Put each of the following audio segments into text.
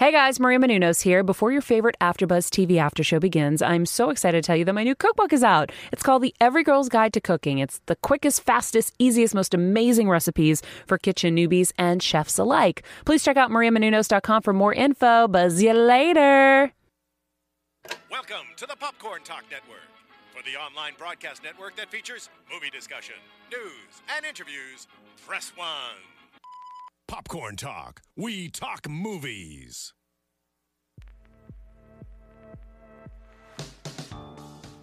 Hey guys, Maria Menounos here. Before your favorite AfterBuzz TV after show begins, I'm so excited to tell you that my new cookbook is out. It's called The Every Girl's Guide to Cooking. It's the quickest, fastest, easiest, most amazing recipes for kitchen newbies and chefs alike. Please check out mariamenounos.com for more info. Buzz you later. Welcome to the Popcorn Talk Network, for the online broadcast network that features movie discussion, news, and interviews. Press one. Popcorn Talk. We talk movies.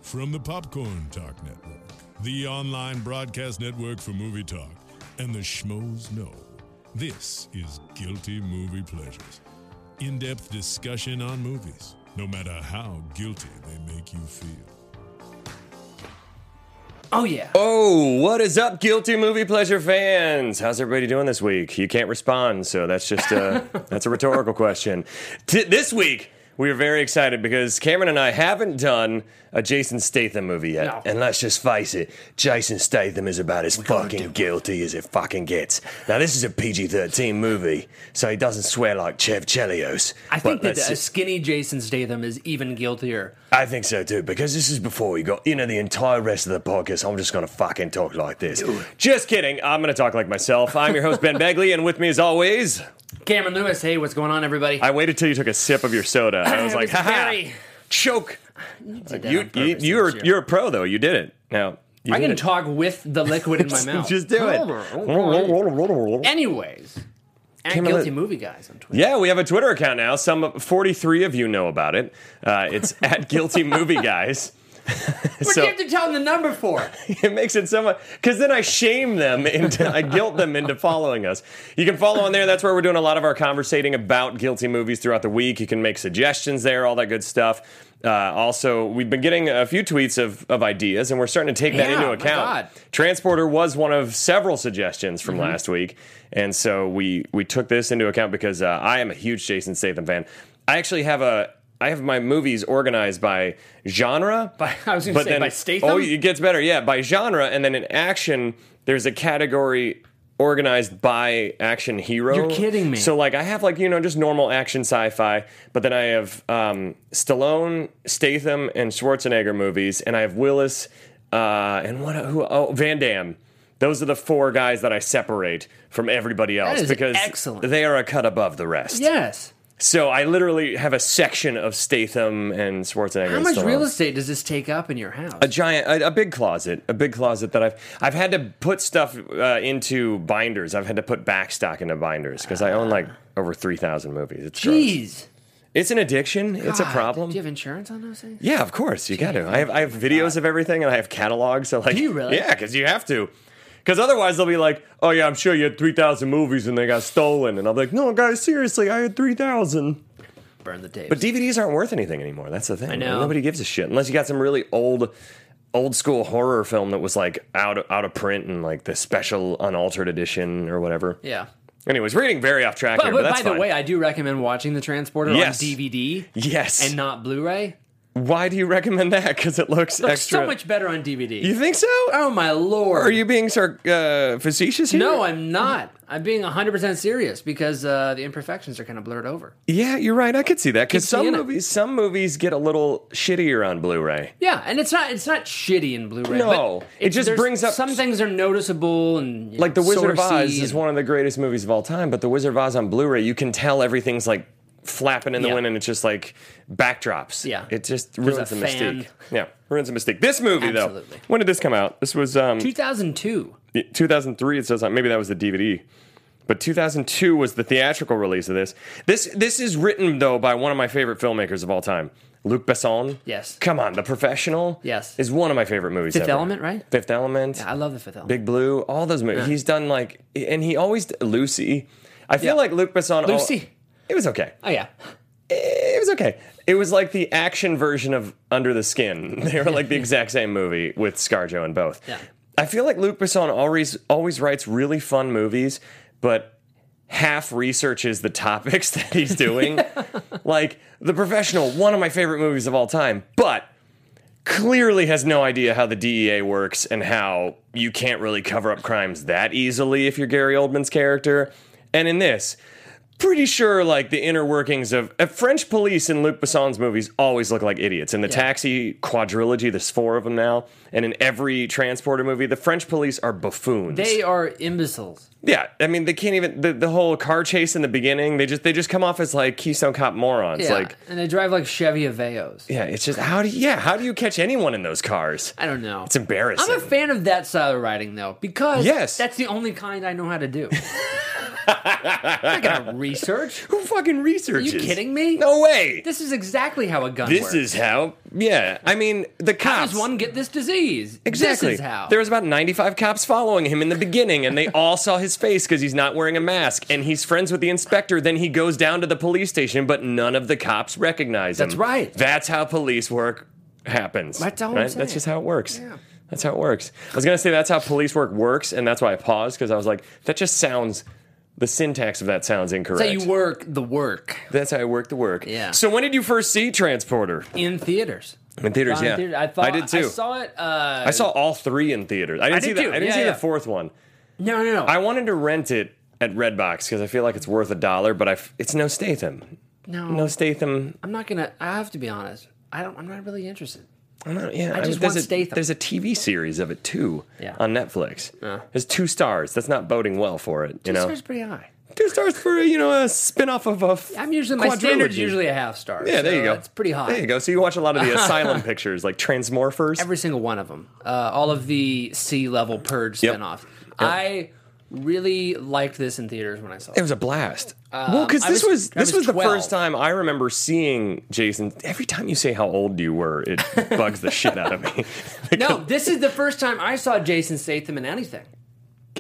From the Popcorn Talk Network, the online broadcast network for movie talk, and the Schmoes Know, this is Guilty Movie Pleasures. In depth discussion on movies, no matter how guilty they make you feel. Oh yeah. Oh, what is up, guilty movie pleasure fans? How's everybody doing this week? You can't respond, so that's just a, that's a rhetorical question. T- this week, we are very excited because Cameron and I haven't done a Jason Statham movie yet. No. And let's just face it, Jason Statham is about as fucking guilty as it fucking gets. Now, this is a PG 13 movie, so he doesn't swear like Chev Chelios. I think that let's a just- skinny Jason Statham is even guiltier. I think so too, because this is before we got into the entire rest of the podcast. I'm just going to fucking talk like this. Just kidding. I'm going to talk like myself. I'm your host, Ben Begley, and with me as always, Cameron Lewis, hey, what's going on, everybody? I waited till you took a sip of your soda. I was like, was ha very- choke. did that You, on purpose, you, you are, didn't you're a pro, though. You did it. Now, you I did can it. talk with the liquid in my mouth. Just do it. Anyways, at Cameron guilty Lew- movie guys on Twitter. Yeah, we have a Twitter account now. Some 43 of you know about it. Uh, it's at Guilty Movie Guys. What do you have to tell them the number for? it makes it so much because then I shame them into I guilt them into following us. You can follow on there. That's where we're doing a lot of our conversating about guilty movies throughout the week. You can make suggestions there, all that good stuff. Uh, also, we've been getting a few tweets of, of ideas, and we're starting to take that Yeah, into my account. God. Mm-hmm. Transporter was one of several suggestions from last week, and so we we took this into account because uh, I am a huge Jason Statham fan. I actually have a I have my movies organized by genre, By- I was gonna but say, then, by Statham? Oh, it gets better, yeah, by genre, and then in action, there's a category organized by action hero. You're kidding me. So like, I have like you know just normal action sci-fi, but then I have um, Stallone, Statham, and Schwarzenegger movies, and I have Willis uh, and what who oh Van Damme. Those are the four guys that I separate from everybody else is because excellent. they are a cut above the rest. Yes. So I literally have a section of Statham and Schwarzenegger. How and much Stallone real estate does this take up in your house? a giant a, a big closet a big closet that i've i've had to put stuff uh, into binders i've had to put back stock into binders because i own like over 3000 movies it's gross. Ah. Jeez. it's an addiction it's a God, problem Do you have insurance on those things? yeah of course you got to i have i have videos of everything and i have catalogs so like Do you really? yeah because you have to because otherwise they'll be like, "Oh yeah, I'm sure you had 3,000 movies and they got stolen," and I'll be like, "No, guys, seriously, I had 3,000." Burn the tapes. But DVDs aren't worth anything anymore. That's the thing. I know. Nobody gives a shit unless you got some really old, old school horror film that was like out out of print and like the special unaltered edition or whatever. yeah. Anyways, we're getting very off track But, here, but but by that's the fine. way, I do recommend watching The Transporter Yes. on DVD yes. and not Blu-ray. Why do you recommend that? Because it looks, Looks extra. so much better on DVD. you think so? oh my lord. Are you being sar- uh, facetious here? No, I'm not. I'm being 100% serious because uh, the imperfections are kind of blurred over. yeah, you're right. I could see that because Keep some seeing it. movies, some movies get a little shittier on Blu-ray. Yeah, and it's not it's not shitty in Blu-ray. No, but it it's- just there's- brings up- some things are noticeable and you like know, the Wizard of sourcey Oz is and- one of the greatest movies of all time, but the Wizard of Oz on Blu-ray, you can tell everything's like flapping in the Yeah. wind, and it's just like backdrops. Yeah. it just There's ruins a the fan. mystique. Yeah, ruins the mystique. This movie Absolutely. though, when did this come out? This was um 2002. 2003. It says on, maybe that was the DVD. But 2002 was the theatrical release of this. This this is written though by one of my favorite filmmakers of all time, Luc Besson. Yes. Come on, The Professional. Yes. Is one of my favorite movies. Fifth ever. Element, right? Fifth Element. I love the Fifth Element. Big Blue, all those movies. He's done like, and he always Lucy. I feel Yeah. like Luc Besson. al- Lucy. it was okay. Oh yeah. It was okay. It was like the action version of Under the Skin. They were like the exact same movie with ScarJo and both. Yeah. I feel like Luc Besson always always writes really fun movies, but half researches the topics that he's doing. Like The Professional, one of my favorite movies of all time, but clearly has no idea how the DEA works and how you can't really cover up crimes that easily if you're Gary Oldman's character. And in this, pretty sure like the inner workings of uh, French police in Luc Besson's movies always look like idiots. In the Taxi quadrilogy, there's four of them now, and in every transporter movie, the French police are buffoons. They are imbeciles. yeah, I mean they can't even the, the whole car chase in the beginning. They just they just come off as like Keystone Cop morons. Yeah. Like and they drive like Chevy Aveos. yeah, it's just how do yeah how do you catch anyone in those cars? I don't know. It's embarrassing. I'm a fan of that style of riding though, because Yes. that's the only kind I know how to do. I'm not gonna research. Who fucking researches? Are you kidding me? No way. This is exactly how a gun This works. is how. Yeah, I mean the how cops. does one get this disease? Exactly. This is how. There was about 95 cops following him in the beginning, and they all saw his face because he's not wearing a mask, and he's friends with the inspector. Then he goes down to the police station, but none of the cops recognize him. That's right. That's how police work happens. That's all I'm saying. That's just how it works. That's how it works. I was gonna say that's how police work works, and that's why I paused because I was like, that just sounds. The syntax of that sounds incorrect. that's how you work the work That's how I work the work. Yeah. So when did you first see Transporter in theaters. in theaters? Gone in yeah, theater- I thought I did too. I saw it. Uh, I saw all three in theaters. I didn't did see the too. I didn't Yeah, see yeah. the fourth one. no, no, no. I wanted to rent it at Redbox because I feel like it's worth a dollar, but I f- it's no Statham. no, No Statham. I'm not gonna. I have to be honest. I don't. I'm not really interested. I'm not, yeah, I just there's want a, Statham. There's a TV series of it too Yeah. on Netflix. There's two stars. That's not boding well for it. You This know, star's pretty high. two stars for you know a spin off of a. F- I'm usually my standards quadrilogy. usually a half star. Yeah, there you so go. It's pretty high. There you go. So you watch a lot of the Asylum pictures, like Transmorphers. Every single one of them. Uh, all of the C level purge Yep. spinoffs. I really liked this in theaters when I saw It it. was a blast. well, because Uh, I this was, was- I this was, was the 12. first time I remember seeing Jason. Every time you say how old you were, it bugs the shit out of me. No, this is the first time I saw Jason Statham in anything. I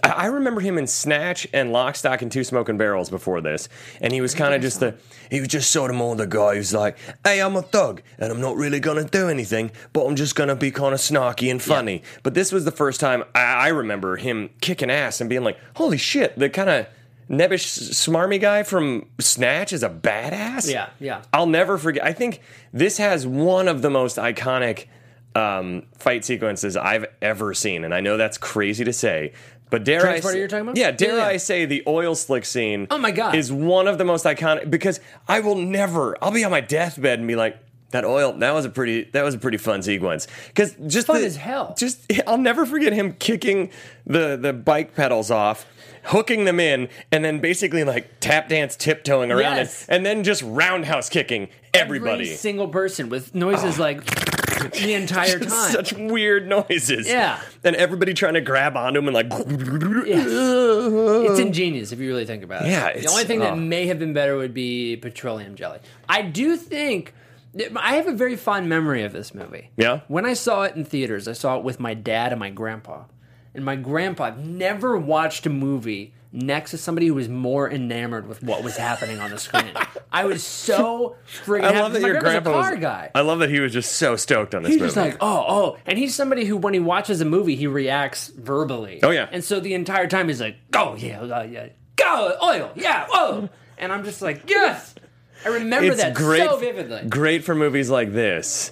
I remember him in Snatch and Lock, Stock, and Two Smoking Barrels before this, and he was kind of just the he was just sort of more the guy who's like, "Hey, I'm a thug, and I'm not really gonna do anything, but I'm just gonna be kind of snarky and funny." But this was the first time I, I remember him kicking ass and being like, "Holy shit!" The kind of nebbish, s- smarmy guy from Snatch is a badass. Yeah, yeah. I'll never forget. I think this has one of the most iconic um, fight sequences I've ever seen, and I know that's crazy to say, but dare I? Transporter say- you're talking about? Yeah, dare Yeah, yeah. I say the oil slick scene? Oh my God. is one of the most iconic because I will never. I'll be on my deathbed and be like. That oil, that was a pretty, that was a pretty fun sequence. Because just Fun the- as hell. Just I'll never forget him kicking the the bike pedals off, hooking them in, and then basically like tap dance tiptoeing around Yes. it, and then just roundhouse kicking everybody. Every single person with noises like the entire time. Oh. Such weird noises. Yeah. And everybody trying to grab onto him and like. It's ingenious if you really think about it. Yeah, the it's- only thing oh. that may have been better would be petroleum jelly. I do think that- I have a very fond memory of this movie. Yeah? when I saw it in theaters, I saw it with my dad and my grandpa. And my grandpa I've never watched a movie next to somebody who was more enamored with what was happening on the screen. I was so freaking. I happy. love that My your grandpa's grandpa a car was. guy. I love that he was just so stoked on this He's movie. just like, oh, oh, and he's somebody who, when he watches a movie, he reacts verbally. Oh, yeah. and so the entire time he's like, go, yeah, uh, yeah, go, oil, yeah, oh, and I'm just like, yes, I remember it's that great, so vividly. great for movies like this.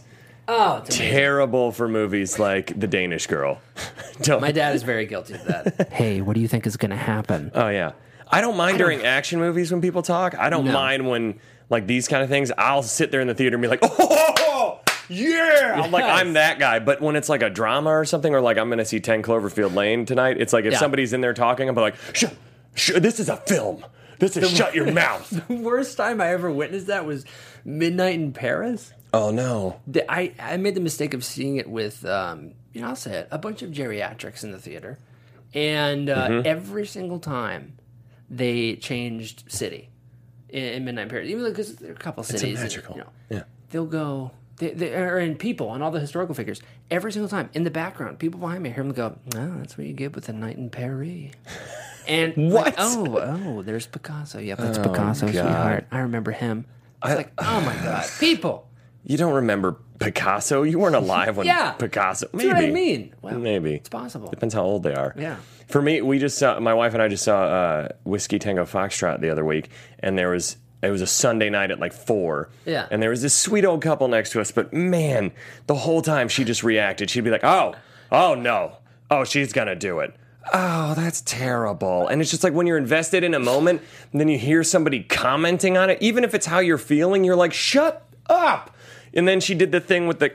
oh, it's amazing. Terrible for movies like The Danish Girl. Don't- my dad is very guilty of that. hey, what do you think is going to happen? Oh yeah. I don't mind during action movies when people talk. I don't mind when like these kind of things. I'll sit there in the theater and be like, "Oh, yeah!" I'm like Yes. I'm that guy. But when it's like a drama or something, or like I'm going to see Ten Cloverfield Lane tonight, it's like if Yeah. somebody's in there talking, I'm like, "Shut! Sh- this is a film. This is shut your mouth." The worst time I ever witnessed that was Midnight in Paris. oh no. The- I, I made the mistake of seeing it with, um, you know, I'll say it, a bunch of geriatrics in the theater. And uh, Mm-hmm. every single time they changed city in, in Midnight Paris, even though because there are a couple cities. and, magical. you know, Yeah. They'll go, they, they are in people and all the historical figures. Every single time in the background, people behind me hear them go, oh, that's what you get with a night in Paris. And What? Oh, like, oh, oh, there's Picasso. Yep, that's Picasso, sweetheart. I remember him. It's like, oh my God, people. You don't remember Picasso? You weren't alive when Yeah. Picasso. See Maybe. what I mean? Well, Maybe. it's possible. Depends how old they are. Yeah. For me, we just saw my wife and I just saw uh, Whiskey Tango Foxtrot the other week, and there was it was a Sunday night at like four. Yeah. And there was this sweet old couple next to us, but man, the whole time she just reacted. She'd be like, "Oh, oh no, oh she's gonna do it." oh, that's terrible. And it's just like when you're invested in a moment and then you hear somebody commenting on it, even if it's how you're feeling, you're like, shut up. And then she did the thing with the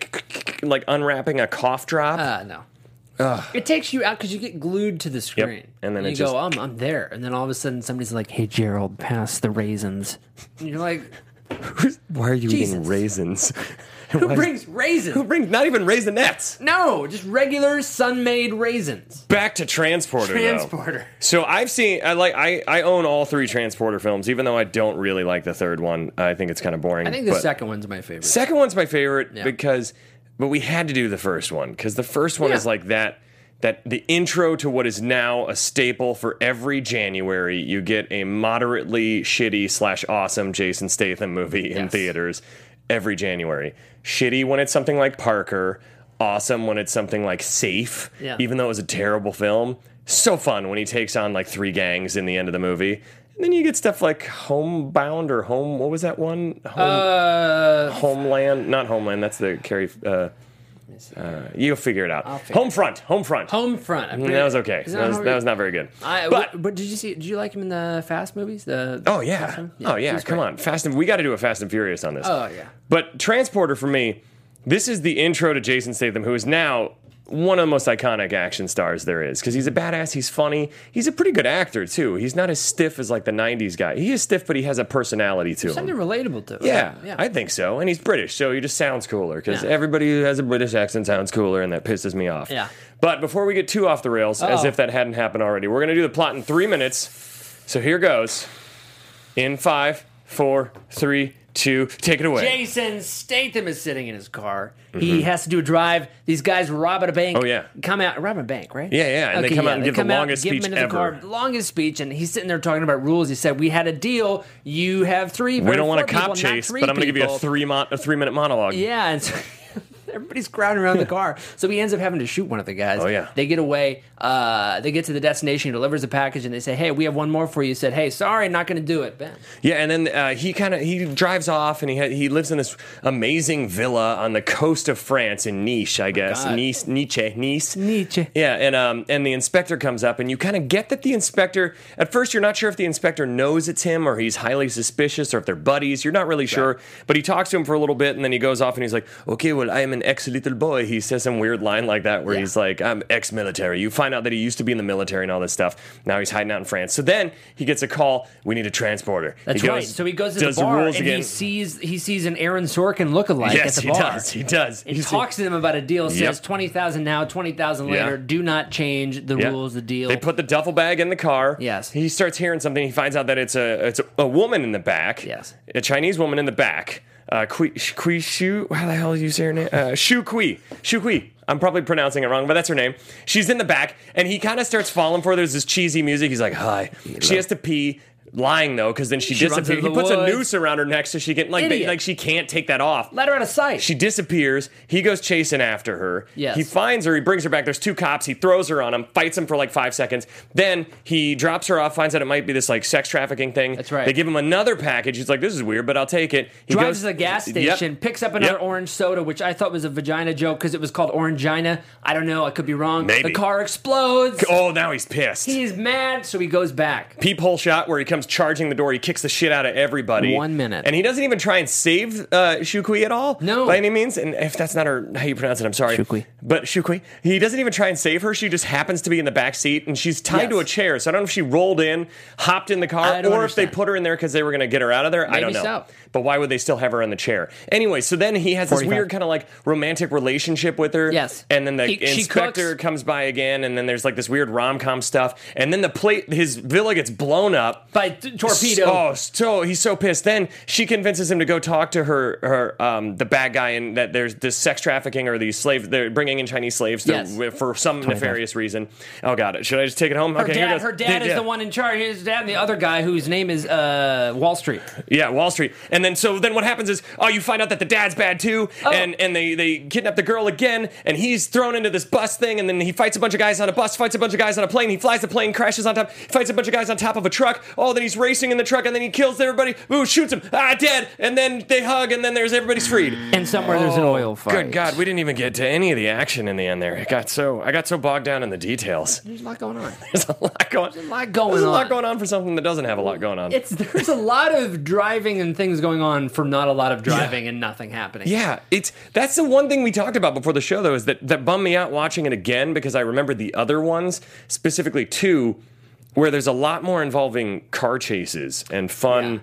like unwrapping a cough drop. Uh, no. It takes you out because you get glued to the screen, And then you it go, "I'm just- I'm there," and then all of a sudden somebody's like, "Hey, Gerald, pass the raisins," and you're like, Why are you Jesus. eating raisins? "Who brings raisins? Who brings not even raisinets? no, just regular sun-made raisins." Back to transporter. though. Transporter. So I've seen I like I, I own all three transporter films, even though I don't really like the third one. I think it's kind of boring. I think the but- second one's my favorite. Second one's my favorite Yeah. because, but we had to do the first one because the first one Yeah. is like that. That the intro to what is now a staple for every January, you get a moderately shitty slash awesome Jason Statham movie in Yes. theaters every January. Shitty when it's something like Parker, awesome when it's something like Safe, Yeah. even though it was a terrible film. So fun when he takes on like three gangs in the end of the movie. And then you get stuff like Homebound or Home, what was that one? Home, uh, Homeland, not Homeland. That's the Carrie. Uh, uh, you'll figure it out. figure Home front, home front. home front. I Mm, that was okay. That was, that was not very good. I, but but, did you see? Did you like him in the Fast movies? The oh Fast yeah, one? oh yeah. he's Come great. on, Fast and we got to do a Fast and Furious on this. Oh yeah. But Transporter for me, this is the intro to Jason Statham, who is now one of the most iconic action stars there is because he's a badass, he's funny, he's a pretty good actor too. He's not as stiff as like the '90s guy. He is stiff, but he has a personality to him. Something relatable to. it. Yeah, yeah. I think so. And he's British, so he just sounds cooler because Yeah. everybody who has a British accent sounds cooler, and that pisses me off. Yeah. But before we get too off the rails, as Uh-oh. if that hadn't happened already, we're going to do the plot in three minutes. So here goes. In five, four, three, two, take it away. Jason Statham is sitting in his car. He has to do a drive. These guys rob at a bank. Mm-hmm. Oh, yeah. come out rob a bank, right? Yeah, yeah, and they come out and give the longest give him speech in his ever. longest speech, and he's sitting there talking about rules. He said, "We had a deal. You have three. we don't want want a cop chase, but I'm going to give you a three mon- a three minute monologue. Yeah, and so everybody's crowding around the car. So he ends up having to shoot one of the guys. Oh, yeah. They get away. Uh, they get to the destination. He delivers the package, and they say, "Hey, we have one more for you." He said, "Hey, sorry, not going to do it, Ben." Yeah, and then uh, he kind of he drives off, and he ha- he lives in this amazing villa on the coast of France in Nice, I guess. Oh God. Nice, Nice, Nice, Nice. Yeah, and um, and the inspector comes up, and you kind of get that the inspector. At first, you're not sure if the inspector knows it's him, or he's highly suspicious, or if they're buddies. You're not really sure, but he talks to him for a little bit, and then he goes off, and he's like, "Okay, well, I am an ex little boy." He says some weird line like that, where Yeah. he's like, "I'm ex military." You find out that he used to be in the military and all this stuff. Now he's hiding out in France. So then he gets a call. We need a transporter. That's He goes- right. So he goes to does the bar rules and again. he sees he sees an Aaron Sorkin lookalike yes, at the he bar. does. He does. And He talks to them about a deal. Says Yep. twenty thousand now, twenty thousand Yeah. later. Do not change the Yeah. rules. The deal. They put the duffel bag in the car. Yes. He starts hearing something. He finds out that it's a it's a, a woman in the back. Yes. A Chinese woman in the back. Uh, Kui Kui Shu. How the hell do you say her name? Uh, Shu Kui. Shu Kui. I'm probably pronouncing it wrong, but that's her name. She's in the back, and he kind of starts falling for her. There's this cheesy music. He's like, "Hi." She has to pee. Lying though, because then she, She runs disappears. into He the puts a woods. noose around her neck so she can like they, Idiot. like she can't take that off. Let her out of sight. She disappears. He goes chasing after her. Yes. He finds her. He brings her back. There's two cops. He throws her on him, fights him for like five seconds. Then he drops her off, finds out it might be this like sex trafficking thing. That's right. They give him another package. He's like, this is weird, but I'll take it. He drives goes- to the gas Yep. station, picks up another Yep. orange soda, which I thought was a vagina joke because it was called Orangina. I don't know. I could be wrong. Maybe. The car explodes. Oh, now he's pissed. He's mad, so he goes back. peephole shot where he comes charging the door. He kicks the shit out of everybody. One minute. and he doesn't even try and save uh, Shukui at all. No. by any means. And if that's not her, how you pronounce it, I'm sorry. Shukui. but Shukui, he doesn't even try and save her. She just happens to be in the back seat, and she's tied Yes. to a chair. So I don't know if she rolled in, hopped in the car, or I don't if they understand. put her in there because they were going to get her out of there. I Maybe don't know. so. But why would they still have her in the chair anyway? So then he has this 45. weird kind of like romantic relationship with her. Yes. and then the He- she inspector cooks. comes by again, and then there's like this weird rom com stuff, and then the plate his villa gets blown up By t- torpedo. Oh, so he's so pissed. Then she convinces him to go talk to her her um the bad guy, and that there's this sex trafficking or these slaves they're bringing in Chinese slaves to, Yes. for some nefarious reason. Oh god, should I just take it home? Her here dad, goes. her dad is Yeah. the one in charge. His dad and the other guy whose name is uh, Wall Street. Yeah, Wall Street. And then so then what happens is oh you find out that the dad's bad too, Oh. and and they they kidnap the girl again, and he's thrown into this bus thing, and then he fights a bunch of guys on a bus, fights a bunch of guys on a plane, he flies the plane, crashes on top, fights a bunch of guys on top of a truck. Oh, then he's racing in the truck, and then he kills everybody. Ooh, shoots him. Ah, dead. And then they hug, and then there's everybody's freed. And somewhere there's an oil fight. Oh, Good God, we didn't even get to any of the action in the end. There, it got so I got so bogged down in the details. There's a lot going on. There's a lot going. There's a lot going There's a lot on. going on for something that doesn't have a lot going on. It's there's a lot of driving and things going on from not a lot of driving and nothing happening. Yeah, it's that's the one thing we talked about before the show though is that that bummed me out watching it again because I remembered the other ones specifically two where there's a lot more involving car chases and fun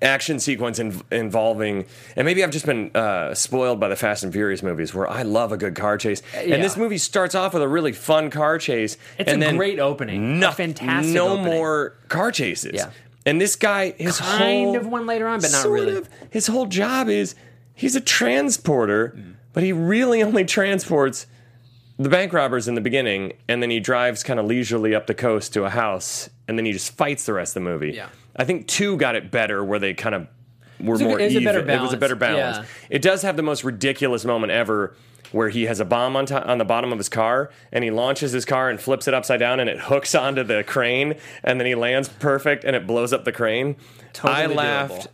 action sequence in, involving and maybe I've just been uh, spoiled by the Fast and Furious movies where I love a good car chase yeah. and this movie starts off with a really fun car chase It's and a then great opening. no, a fantastic no opening. more car chases Yeah. and this guy his Kind whole- of one later on, but not sort really. of. His whole job is he's a transporter, but he really only transports the bank robbers in the beginning, and then he drives kind of leisurely up the coast to a house, and then he just fights the rest of the movie. Yeah. I think two got it better where they kind of were a- more it was a even. better It was a balance. better balance. Yeah. It does have the most ridiculous moment ever where he has a bomb on, to- on the bottom of his car and he launches his car and flips it upside down and it hooks onto the crane and then he lands perfect and it blows up the crane. I Totally laughed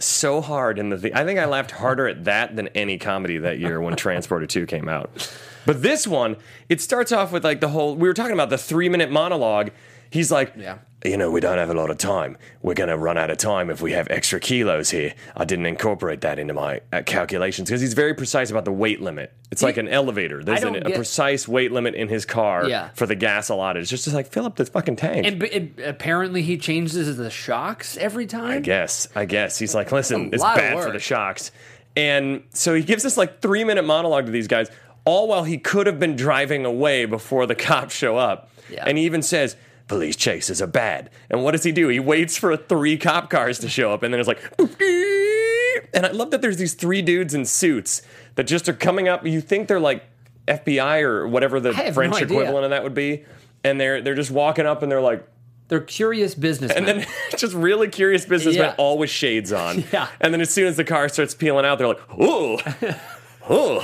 so hard in the thi- I think I laughed harder at that than any comedy that year when Transporter 2 came out. But this one, it starts off with like the whole we were talking about the 3-minute monologue. He's like, Yeah. you know, we don't have a lot of time. We're going to run out of time if we have extra kilos here. I didn't incorporate that into my uh, calculations because he's very precise about the weight limit. It's like an elevator. There's an, don't a get- precise weight limit in his car Yeah. for the gas allotted. It's just, just like fill up the fucking tank. And b- it, apparently he changes the shocks every time. I guess. I guess. He's like, listen, a it's lot of bad for work. the shocks. And so he gives this like three minute monologue to these guys, all while he could have been driving away before the cops show up. Yeah. And he even says, police chases are bad. And what does he do? He waits for three cop cars to show up and then it's like, "Boop, beep." and I love that there's these three dudes in suits that just are coming up. You think they're like FBI or whatever the have no French idea. equivalent of that would be. And they're they're just walking up and they're like, They're curious businessmen. and then just really curious businessmen, Yeah. all with shades on. Yeah. And then as soon as the car starts peeling out, they're like, ooh, ooh,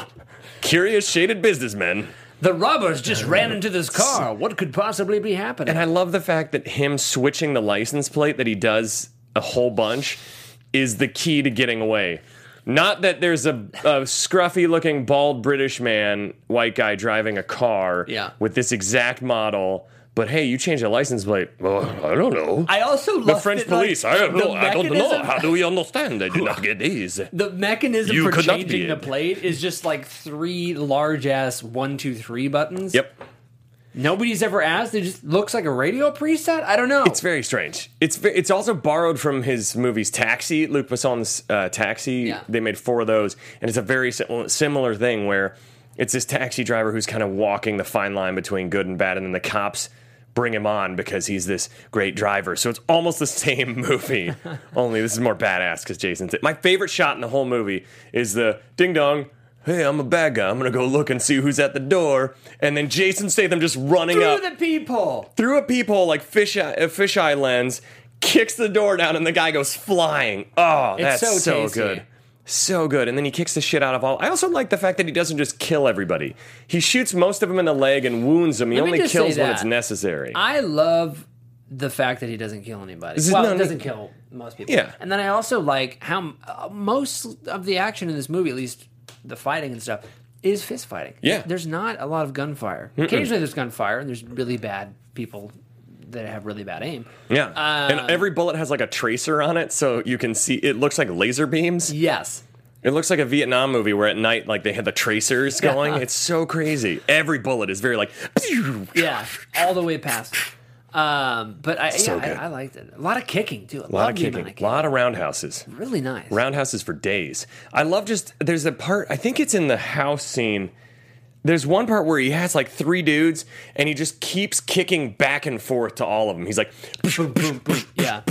curious shaded businessmen. the robbers just ran into this car. What could possibly be happening? And I love the fact that him switching the license plate that he does a whole bunch is the key to getting away. Not that there's a, a scruffy looking bald British man, white guy driving a car Yeah. with this exact model, but hey, you change the license plate. Well, I don't know. I also love the French that, like, police. I don't the know. I don't know. mechanism- How do we understand? I do not get these. The mechanism You for could not be changing the it. plate is just like three large ass one two three buttons. Yep. Nobody's ever asked. It just looks like a radio preset. I don't know. It's very strange. It's ve- it's also borrowed from his movies Taxi, Luc Besson's uh, Taxi. Yeah. They made four of those, and it's a very sim- similar thing where it's this taxi driver who's kind of walking the fine line between good and bad, and then the cops bring him on because he's this great driver. So it's almost the same movie, only this is more badass because Jason's. My favorite shot in the whole movie is the ding dong. Hey, I'm a bad guy. I'm gonna go look and see who's at the door, and then Jason Statham just running through up the peephole. through a peephole like fish a fisheye lens, kicks the door down, and the guy goes flying. Oh, that's so so, tasty. good. So good. And then he kicks the shit out of all. I also like the fact that he doesn't just kill everybody. He shoots most of them in the leg and wounds them. He Let me only just say kills when that. it's necessary. I love the fact that he doesn't kill anybody. This is well, no- he doesn't kill most people. Yeah. And then I also like how uh, most of the action in this movie, at least the fighting and stuff, is fist fighting. Yeah. There's not a lot of gunfire. Occasionally there's gunfire, and there's really bad people that have really bad aim. yeah. uh, and every bullet has like a tracer on it, so you can see it looks like laser beams. Yes. It looks like a Vietnam movie where at night, like they had the tracers going. It's so crazy. Every bullet is very like. Yeah. All the way past. Um, but I, So yeah, good. I, I liked it. A lot of kicking too. A lot of kicking, a lot of roundhouses. Really nice. roundhouses for days. I love just there's a part I think it's in the house scene. There's one part where he has like three dudes and he just keeps kicking back and forth to all of them. He's like boom, boom, boom. Yeah.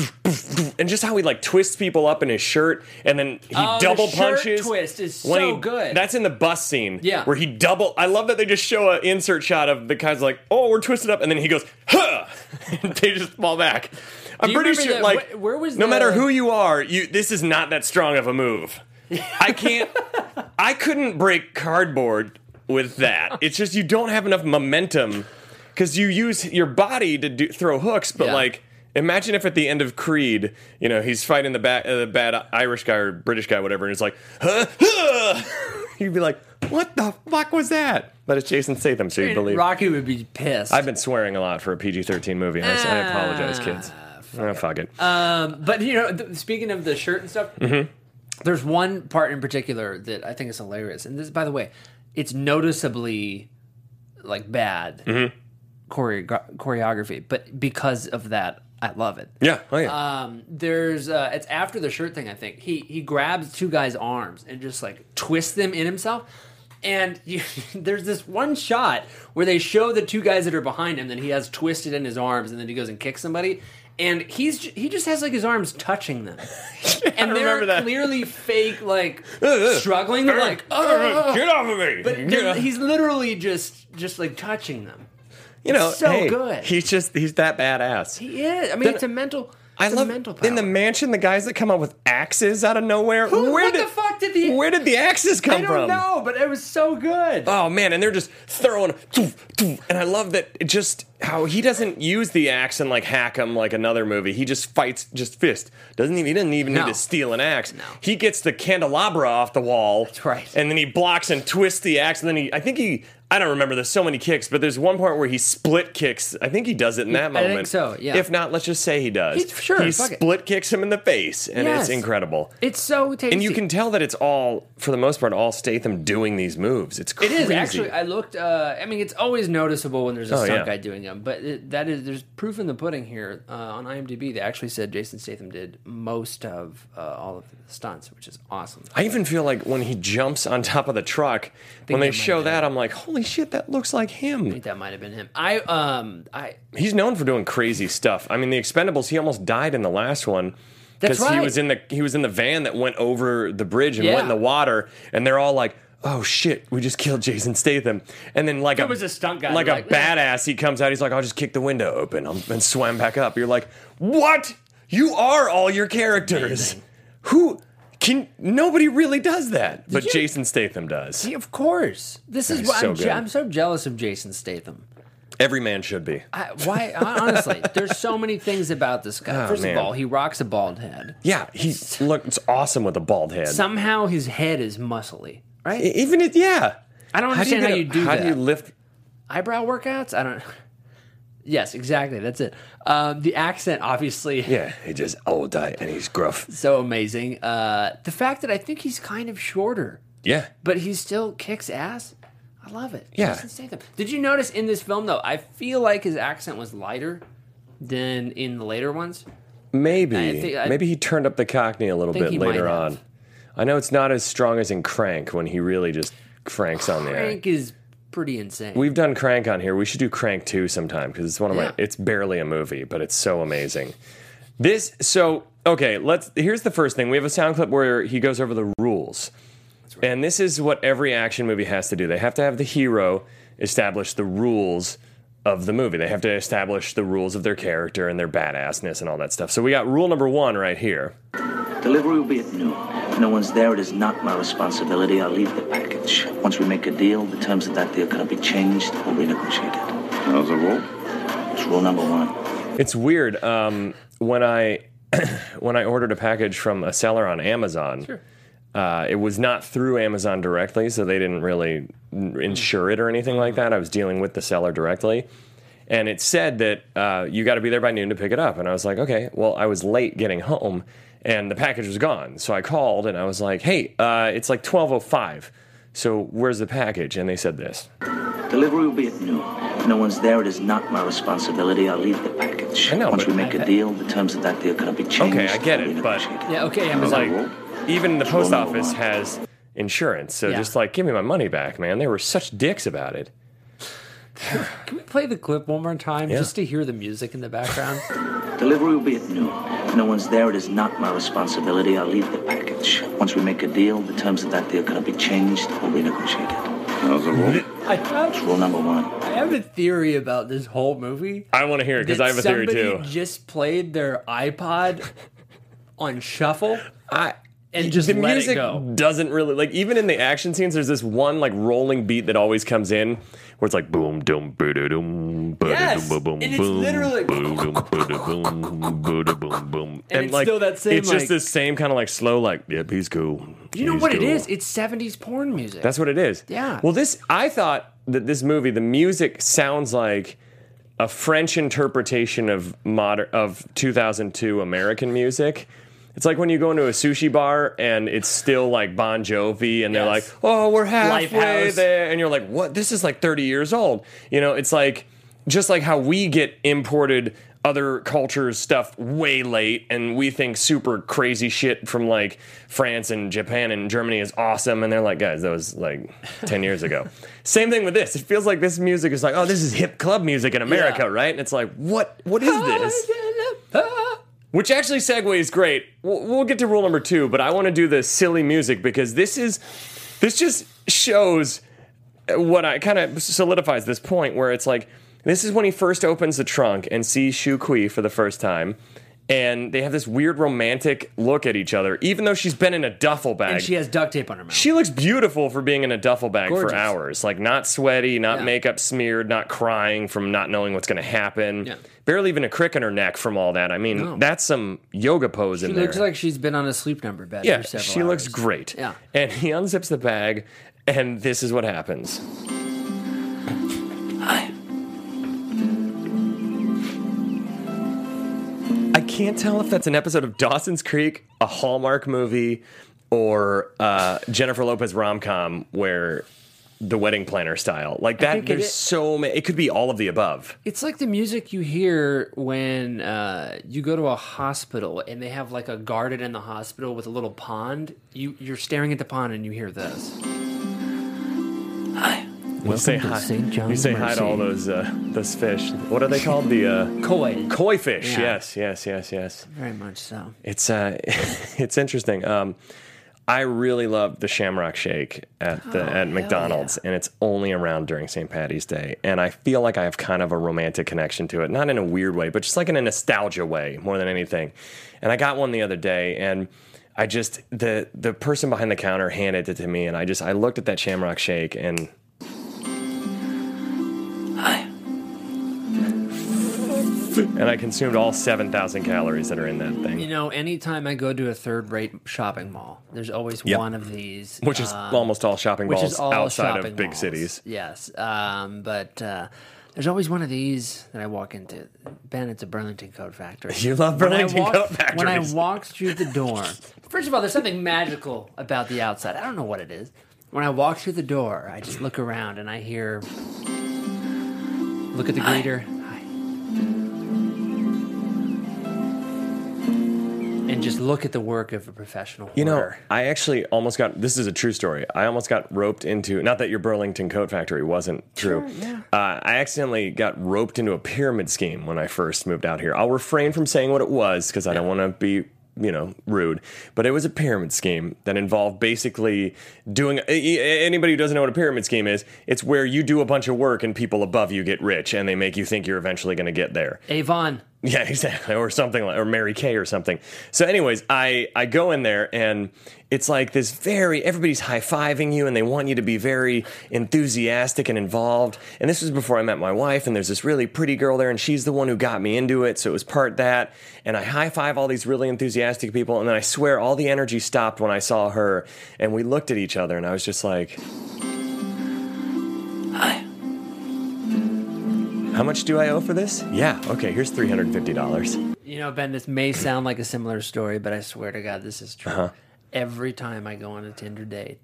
and just how he like twists people up in his shirt and then he Oh, the double shirt punches. twist is when so he- good. That's in the bus scene. Yeah. Where he double I love that they just show an insert shot of the guy's like, oh, we're twisted up, and then he goes, huh and they just fall back. I'm Do you pretty remember sure that- like wh- where was no the- matter who you are, you this is not that strong of a move. I can't I couldn't break cardboard with that. It's just you don't have enough momentum because you use your body to do, throw hooks, but Yeah. like Imagine if at the end of Creed, you know, he's fighting the bad, uh, the bad Irish guy or British guy, or whatever, and it's like, huh, huh. you'd be like, "What the fuck was that?" But it's Jason Statham, so you believe. Rocky would be pissed. I've been swearing a lot for a PG-13 movie. I, I Uh, apologize, kids. Oh, fuck it. Um, but you know, th- speaking of the shirt and stuff, there's one part in particular that I think is hilarious. And this, by the way, it's noticeably like bad choreo- choreography, but because of that, I love it. yeah. Oh yeah. Um, there's uh, it's after the shirt thing. I think he he grabs two guys' arms and just like twists them in himself. And you, there's this one shot where they show the two guys that are behind him that he has twisted in his arms, and then he goes and kicks somebody. And he's j- he just has like his arms touching them, and they're remember that. clearly fake like struggling. They're like, oh, Get off of me! but Get they're- off- he's literally just just like touching them. you know, so hey, good. He's just he's that badass. He is. I mean, Then- it's a mental. I it's love a mental power. in the mansion the guys that come out with axes out of nowhere. Who- where what did the fuck did the- where did the axes come I don't from? know, but it was so good. Oh man, and they're just throwing, doof, doof. and I love that. It just how he doesn't use the axe and like hack him like another movie. He just fights just fist. Doesn't even he doesn't even No. need to steal an axe. No. He gets the candelabra off the wall. That's right. And then he blocks and twists the axe. And then he, I think he, I don't remember. There's so many kicks, but there's one part where he split kicks. I think he does it in that I moment. think so, yeah. If not, let's just say he does. He- sure, He fuck it. split kicks him in the face, and Yes. it's incredible. It's so tasty. And you can tell that it's all, for the most part, all Statham doing these moves. It's It crazy. is actually. I looked. Uh, I mean, it's always noticeable when there's a Oh, stunt yeah. guy doing them. But it, that is, there's proof in the pudding here uh, on IMDb. They actually said Jason Statham did most of uh, all of the stunts, which is awesome. I even feel like when he jumps on top of the truck, when they that might show that, I'm like, holy shit, that looks like him. think that might have been him. I um I He's known for doing crazy stuff. I mean, the Expendables, he almost died in the last one. That's he right. was in the he was in the van that went over the bridge and Yeah. went in the water, and they're all like, "Oh shit, we just killed Jason Statham!" And then like It was a stunt guy, like, like, a badass, he comes out. He's like, "I'll just kick the window open um, and swam back up." You're like, "What? You are all your characters? Who can? Nobody really does that, but you- Jason Statham does." see, of course this is That is what so I'm, je- good. I'm so jealous of Jason Statham. Every man should be. I, why hon- honestly? there's so many things about this guy. Oh, First man. of all, he rocks a bald head. Yeah, he looks awesome with a bald head. Somehow his head is muscly, right? E- Even if, yeah. I don't understand how get you do How that. do you lift? eyebrow workouts. I don't. Yes, exactly. That's it. Um, the accent, obviously, Yeah, he just old die and he's gruff. so amazing. Uh, the fact that I think he's kind of shorter, Yeah, but he still kicks ass. I love it. Yeah. Jason Statham. Did you notice in this film though? I feel like his accent was lighter than in the later ones. maybe. I think I- maybe he turned up the cockney a little Think bit he later might on. have. I know it's not as strong as in Crank when he really just cranks on the air. Frank is pretty insane. We've done Crank on here. We should do Crank 2 sometime because it's one of my Yeah. it's barely a movie, but it's so amazing. This so okay, let's here's the first thing. We have a sound clip where he goes over the rules. And this is what every action movie has to do. They have to have the hero establish the rules of the movie. They have to establish the rules of their character and their badassness and all that stuff. So we got rule number 1 right here. Delivery will be at noon. If no one's there, it is not my responsibility. I'll leave the package. Once we make a deal, the terms of that deal cannot be changed or renegotiated. How's the roll? It's rule number one. It's weird. Um, when I when I ordered a package from a seller on Amazon, uh, it was not through Amazon directly, so they didn't really n- insure it or anything like that. I was dealing with the seller directly, and it said that uh, you got to be there by noon to pick it up. And I was like, okay. Well, I was late getting home, and the package was gone. So I called and I was like, hey, uh, it's like twelve oh five. So where's the package? And they said this. Delivery will be at noon. If no one's there, it is not my responsibility. I'll leave the package. I know, Once but- we make a deal, the terms of that deal cannot be changed. Okay, I get or it, but- renegotiated. yeah. Okay. I It's was like, like even the post office has insurance, so Yeah. just like give me my money back, man. They were such dicks about it. can we play the clip one more time just to hear the music in the background? Delivery will be at noon. If no one's there, it is not my responsibility. I'll leave the package. Once we make a deal, the terms of that deal cannot be changed or renegotiated. How's the roll? I have, It's rule number one. I have a theory about this whole movie. I want to hear it because Did I have a theory somebody too. Just played their iPod on shuffle, I and just the let music it go. doesn't really like even in the action scenes. There's this one like rolling beat that always comes in where it's like boom, doom, boom, doom, boom, Yes, boom, boom, and it's boom, literally like- boom, boom, boom, boom, boom, boom, And it's still that same, It's like- just this same kind of like slow like yep, he's cool. You know He's what it cool. is? It's seventies porn music. That's what it is. Yeah. Well, this I thought that this movie, the music sounds like a French interpretation of modern of 2002 American music. It's like when you go into a sushi bar and it's still like Bon Jovi, and they're Yes. like, "Oh, we're halfway Lifehouse. there," and you're like, "What? This is like 30 years old." You know, it's like just like how we get imported other cultures stuff way late and we think super crazy shit from like France and Japan and Germany is awesome and they're like guys that was like 10 years ago. Same thing with this. It feels like this music is like oh this is hip club music in America, Yeah. right? And it's like what what is this? Which actually segues great. We'll, we'll get to rule number two, but I want to do the silly music because this is this just shows what I kind of solidifies this point where it's like this is when he first opens the trunk and sees Shu Kui for the first time, and they have this weird romantic look at each other, even though she's been in a duffel bag. and she has duct tape on her mouth. She looks beautiful for being in a duffel bag Gorgeous. for hours. Like not sweaty, not Yeah. makeup smeared, not crying from not knowing what's going to happen. Yeah. Barely even a crick in her neck from all that. I mean, No. that's some yoga pose She in there. looks like she's been on a sleep number bed. yeah, for several she looks hours. great. Yeah. And he unzips the bag and this is what happens. I can't tell if that's an episode of Dawson's Creek, a Hallmark movie, or uh, Jennifer Lopez rom com where the wedding planner style. Like that, think it there's is- so many. It could be all of the above. It's like the music you hear when uh, you go to a hospital and they have like a garden in the hospital with a little pond. You you're staring at the pond and you hear this. We'll say to hi. St. John's you say hi Mercy. to all those uh, those fish. What are they called? The uh, Koi. koi fish. Yeah. Yes, yes, yes, yes. Very much so. It's uh, it's interesting. Um, I really love the Shamrock Shake at the at McDonald's, and it's only around during St. Patty's Day. And I feel like I have kind of a romantic connection to it, not in a weird way, but just like in a nostalgia way more than anything. And I got one the other day, and I just the the person behind the counter handed it to me, and I just I looked at that Shamrock Shake and. And I consumed all 7,000 calories that are in that thing. You know, anytime I go to a third-rate shopping mall, there's always Yep. one of these, which is um, almost all shopping which malls is all outside shopping of big malls. cities. Yes, um, but uh, there's always one of these that I walk into. Ben, it's a Burlington Coat Factory. You love When I Burlington walk- Coat When I Factories. walk through the door, first of all, there's something magical about the outside. I don't know what it is. When I walk through the door, I just look around and I hear. Look at the greeter. Hi. And just look at the work of a professional. You know, hoarder. I actually almost got this is a true story. I almost got roped into not that your Burlington coat factory wasn't true. uh, I accidentally got roped into a pyramid scheme when I first moved out here. I'll refrain from saying what it was because I don't want to be you know rude but it was a pyramid scheme that involved basically doing a- a- anybody who doesn't know what a pyramid scheme is it's where you do a bunch of work and people above you get rich and they make you think you're eventually going to get there Avon. Yeah, exactly, or something like, or Mary Kay or something. So, anyways, I I go in there and it's like this very everybody's high fiving you and they want you to be very enthusiastic and involved. And this was before I met my wife. And there's this really pretty girl there, and she's the one who got me into it. So it was part that. And I high five all these really enthusiastic people, and then I swear all the energy stopped when I saw her, and we looked at each other, and I was just like. How much do I owe for this? Yeah, okay, here's $350. You know, Ben, this may sound like a similar story, but I swear to God, this is true. Uh-huh. Every time I go on a Tinder date,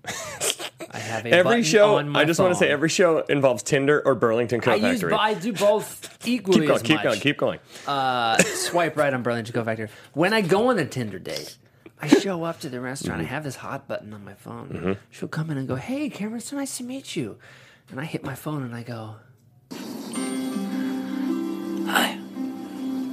I have a every button show. on my I just want to say phone. every show involves Tinder or Burlington I Coat use, Factory. but I do both equally keep going, as keep much. going, keep going. uh, swipe right on Burlington Go Factor. When I go on a Tinder date, I show up to the restaurant. Mm-hmm. I have this hot button on my phone. She'll come in and go, "Hey, Cameron, so nice to meet you." And I hit my phone and I go,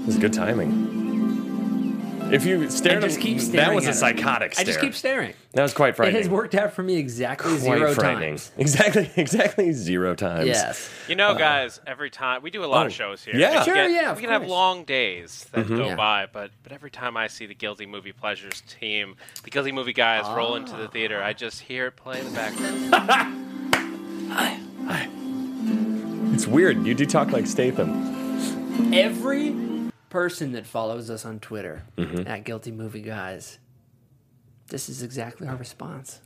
It was good timing. If you stared, I at just him, keep staring. That was at a him. psychotic stare. I just keep staring. That was quite It frightening. has worked out for me exactly quite zero frightening. times. Exactly, exactly zero times. Yes. You know, guys, every time we do a lot of Oh, shows here. yeah. Mm-hmm. we Sure, get- yeah, of we can have course. long days that go Yeah. by, but but every time I see the Guilty Movie Pleasures team, the Guilty Movie guys roll into the theater, Ah. I just hear it play in the background. It's weird. You do talk like Statham. Every person that follows us on Twitter Mm-hmm. at Guilty Movie Guys, this is exactly our response.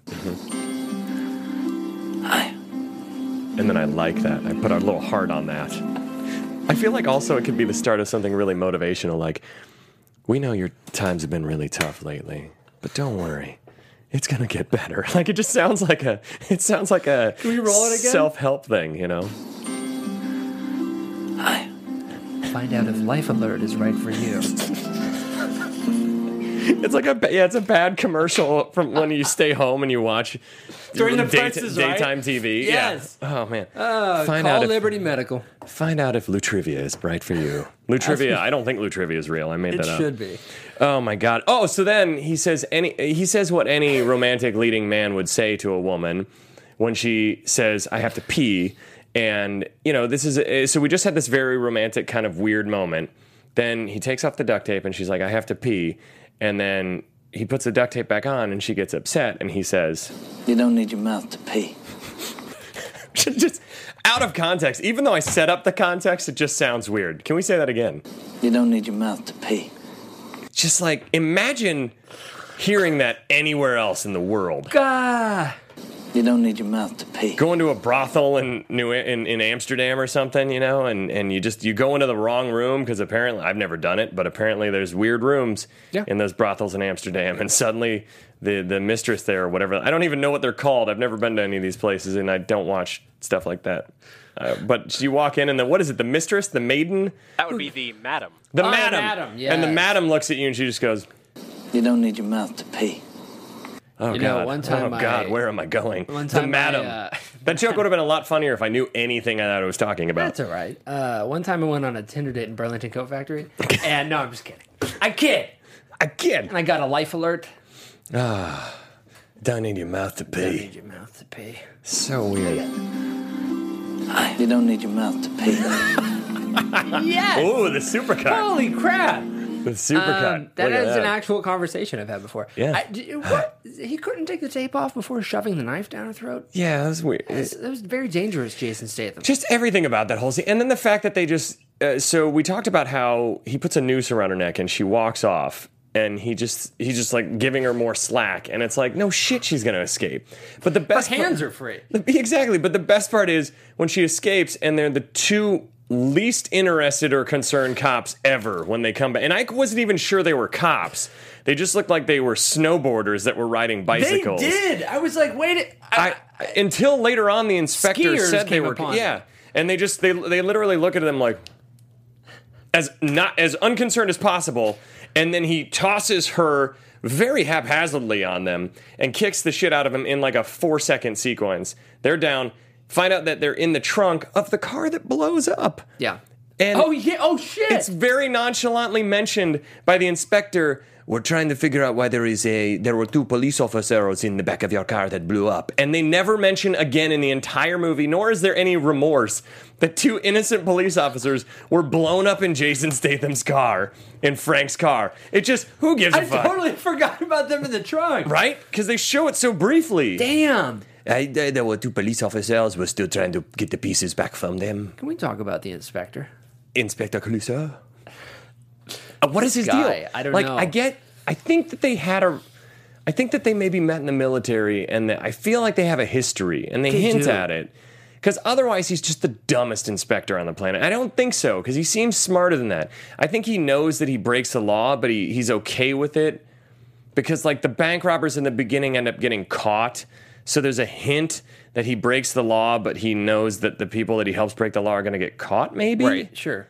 And then I like that. I put a little heart on that. I feel like also it could be the start of something really motivational like, we know your times have been really tough lately, but don't worry. It's gonna get better. Like it just sounds like a it sounds like a we roll it again? self-help thing, you know? Find out if Life Alert is right for you. It's like a ba- yeah, it's a bad commercial from when you stay home and you watch During the dayt- Price is Right? daytime TV. Yeah. Yes. Oh man. Uh, Find call out if- Liberty Medical. Find out if Lutrivia is right for you. Lutrivia. I don't think Lutrivia is real. I made It that up. should be. Oh my god. Oh, so then he says any he says what any romantic leading man would say to a woman when she says I have to pee and you know, this is a, so we just had this very romantic kind of weird moment. Then he takes off the duct tape and she's like I have to pee and then he puts the duct tape back on and she gets upset and he says You don't need your mouth to pee. just out of context. Even though I set up the context, it just sounds weird. Can we say that again? You don't need your mouth to pee. Just like imagine hearing that anywhere else in the world. Gah! You don't need your mouth to pee. going to a brothel in New in, in Amsterdam or something, you know, and, and you just you go into the wrong room because apparently I've never done it, but apparently there's weird rooms Yeah. in those brothels in Amsterdam, and suddenly the the mistress there or whatever I don't even know what they're called. I've never been to any of these places, and I don't watch stuff like that. Uh, but you walk in and the what is it? The mistress, the maiden, That would be the madam. the Oh, madam, madam, and the yes. madam looks at you and she just goes, You don't need your mouth to pee. "Oh You know, god, one time oh I- god, where am I going?" One the time I, madam. uh, that joke would have been a lot funnier if I knew anything that I was talking about. That's all right. Uh, one time I went on a Tinder date in Burlington Coat Factory, and no, I'm just kidding. I kid, I can't. and I got a life alert. Don't need your mouth to pee. Need your mouth to pee. So weird. You don't need your mouth to pee. Ah. Yes. Ooh, the supercut. Holy crap! The supercut. Oh. Um, that Look at is an actual conversation I've had before. Yeah. I, d- what? He couldn't take the tape off before shoving the knife down her throat. Yeah, that was weird. That's- That was very dangerous, Jason Statham. just everything about that whole scene, and then the fact that they just. Uh, so we talked about how he puts a noose around her neck and she walks off, and he just he's just like giving her more slack, and it's like no shit, she's gonna escape. But the Her best part- hands are free. The- Exactly, but the best part is when she escapes, and they're the two least interested or concerned cops ever when they come back. And I wasn't even sure they were cops; they just looked like they were snowboarders that were riding bicycles. They did. I was like, wait. a- I, until later on, the inspector Skiers said they came were upon yeah, them. and they just they they literally look at them like as not as unconcerned as possible, and then he tosses her very haphazardly on them and kicks the shit out of him in like a four second sequence. They're down. Find out that they're in the trunk of the car that blows up. yeah. And Oh yeah. Oh shit. it's very nonchalantly mentioned by the inspector. We're trying to figure out why there is a there were two police officers in the back of your car that blew up, and they never mention again in the entire movie. Nor is there any remorse that two innocent police officers were blown up in Jason Statham's car, in Frank's car. It just who gives a I fuck, totally forgot about them in the trunk. right? Because they show it so briefly. Damn. I, I- there were two police officers. We're still trying to get the pieces back from them. Can we talk about the inspector? Inspector Clouseau. Uh, what is his guy, deal? I don't like, know. I get. I think that they had a. I think that they maybe met in the military, and that I feel like they have a history, and they, They hint do. at it. Because otherwise, he's just the dumbest inspector on the planet. I don't think so, because he seems smarter than that. I think he knows that he breaks the law, but he, he's okay with it. Because, like, the bank robbers in the beginning end up getting caught. So there's a hint that he breaks the law, but he knows that the people that he helps break the law are going to get caught, maybe? Sure.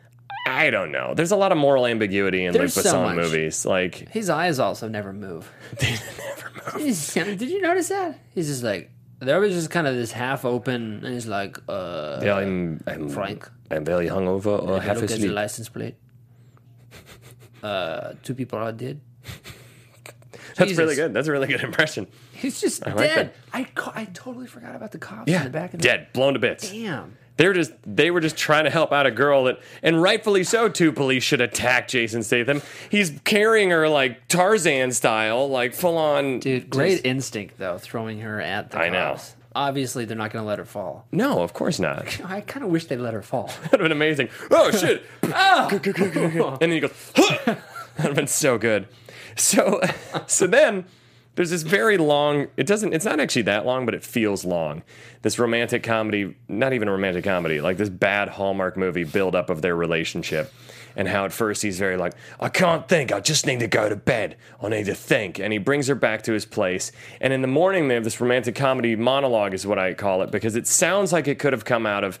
I don't know. There's a lot of moral ambiguity in Luc There's Besson so much. movies. Like His eyes also never move. they never move. He's- Did you notice that? He's just like there was just kind of this half open, and he's like, uh, Yeah, I'm, I'm Frank. I'm very hungover or if you half look at the asleep. license plate. Uh, two people are dead. That's Jesus. really good. That's a really good impression. He's just like dead. that. I, ca- I totally forgot about the cops in Yeah, the back of the dead, blown to bits. Damn. They were just they were just trying to help out a girl that and rightfully so two police should attack Jason Statham. He's carrying her like Tarzan style, like full on Dude, great instinct though, throwing her at the I know. cops. Obviously, they're not going to let her fall. No, of course not. That I kind of wish they let her fall. would have been amazing. Oh shit. Ah! and then he goes, "Huh!" that would have been so good. So so then there's this very long it doesn't it's not actually that long, but it feels long. This romantic comedy, not even a romantic comedy, like this bad Hallmark movie build up of their relationship. And how at first he's very like, I can't think. I just need to go to bed. I need to think. And he brings her back to his place. And in the morning, they have this romantic comedy monologue, is what I call it, because it sounds like it could have come out of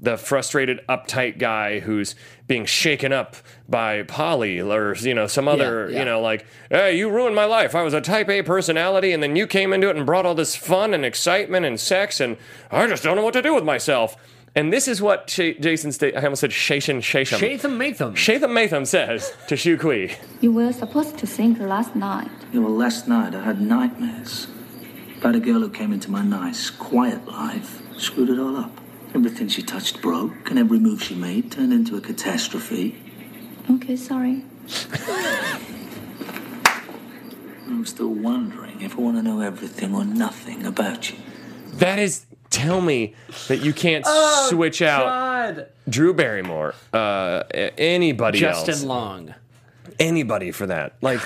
the frustrated, uptight guy who's being shaken up by Polly or you know some other yeah. you know like hey you ruined my life I was a type A personality and then you came into it and brought all this fun and excitement and sex and I just don't know what to do with myself and this is what Sh- Jason Sta- I almost said Shashan Shasham Shatham Matham. Shatham Matham says to Shu Kui You were supposed to sing last night. You know, last night I had nightmares about a girl who came into my nice, quiet life, screwed it all up. Everything she touched broke, and every move she made turned into a catastrophe. Okay, sorry. I'm still wondering if I want to know everything or nothing about you. that is tell me that you can't Oh, switch out God. Drew Barrymore uh, a- anybody else Justin Long. anybody for that. Like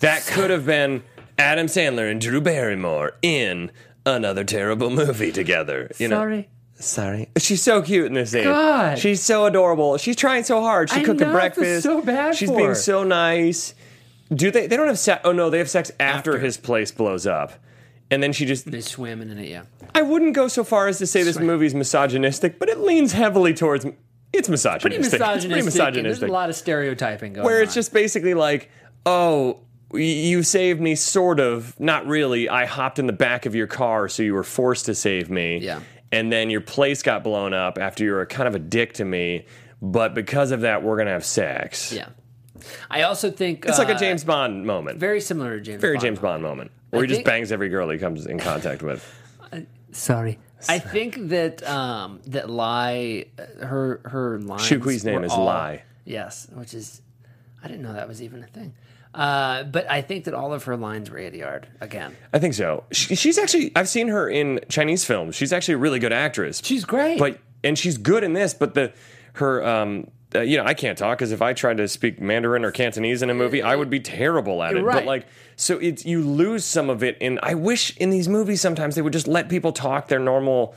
that could have been Adam Sandler and Drew Barrymore in another terrible movie together. You know, Sorry. sorry. She's so cute in this scene. God. She's so adorable. She's trying so hard. She I cooked the know, I feel breakfast. so bad She's for being her. so nice. Do they? They don't have sex. Oh no, they have sex after, After. his place blows up. And then she just. They swim in it, yeah. I wouldn't go so far as to say this movie's misogynistic, but it leans heavily towards. It's misogynistic. Pretty misogynistic. It's pretty and There's a misogynistic lot of stereotyping going where on. it's just basically like, oh, y- you saved me, sort of, not really. I hopped in the back of your car, so you were forced to save me. Yeah. And then your place got blown up after you were kind of a dick to me, but because of that, we're gonna have sex. Yeah. I also think It's like uh, a James Bond moment. Very, very similar to James Bond. James Bond moment. Where he just think- bangs every girl he comes in contact with. Sorry. I think that um that lie her her line Shukui's name is Lie. Yes, which is I didn't know that was even a thing. Uh, but I think that all of her lines were eighty yard again. I think so. She, she's actually, I've seen her in Chinese films. She's actually a really good actress. She's great. but and she's good in this but the her um uh, you know i can't talk because if i tried to speak mandarin or cantonese in a movie i would be terrible at it but Right. like so it's you lose some of it and i wish in these movies sometimes they would just let people talk their normal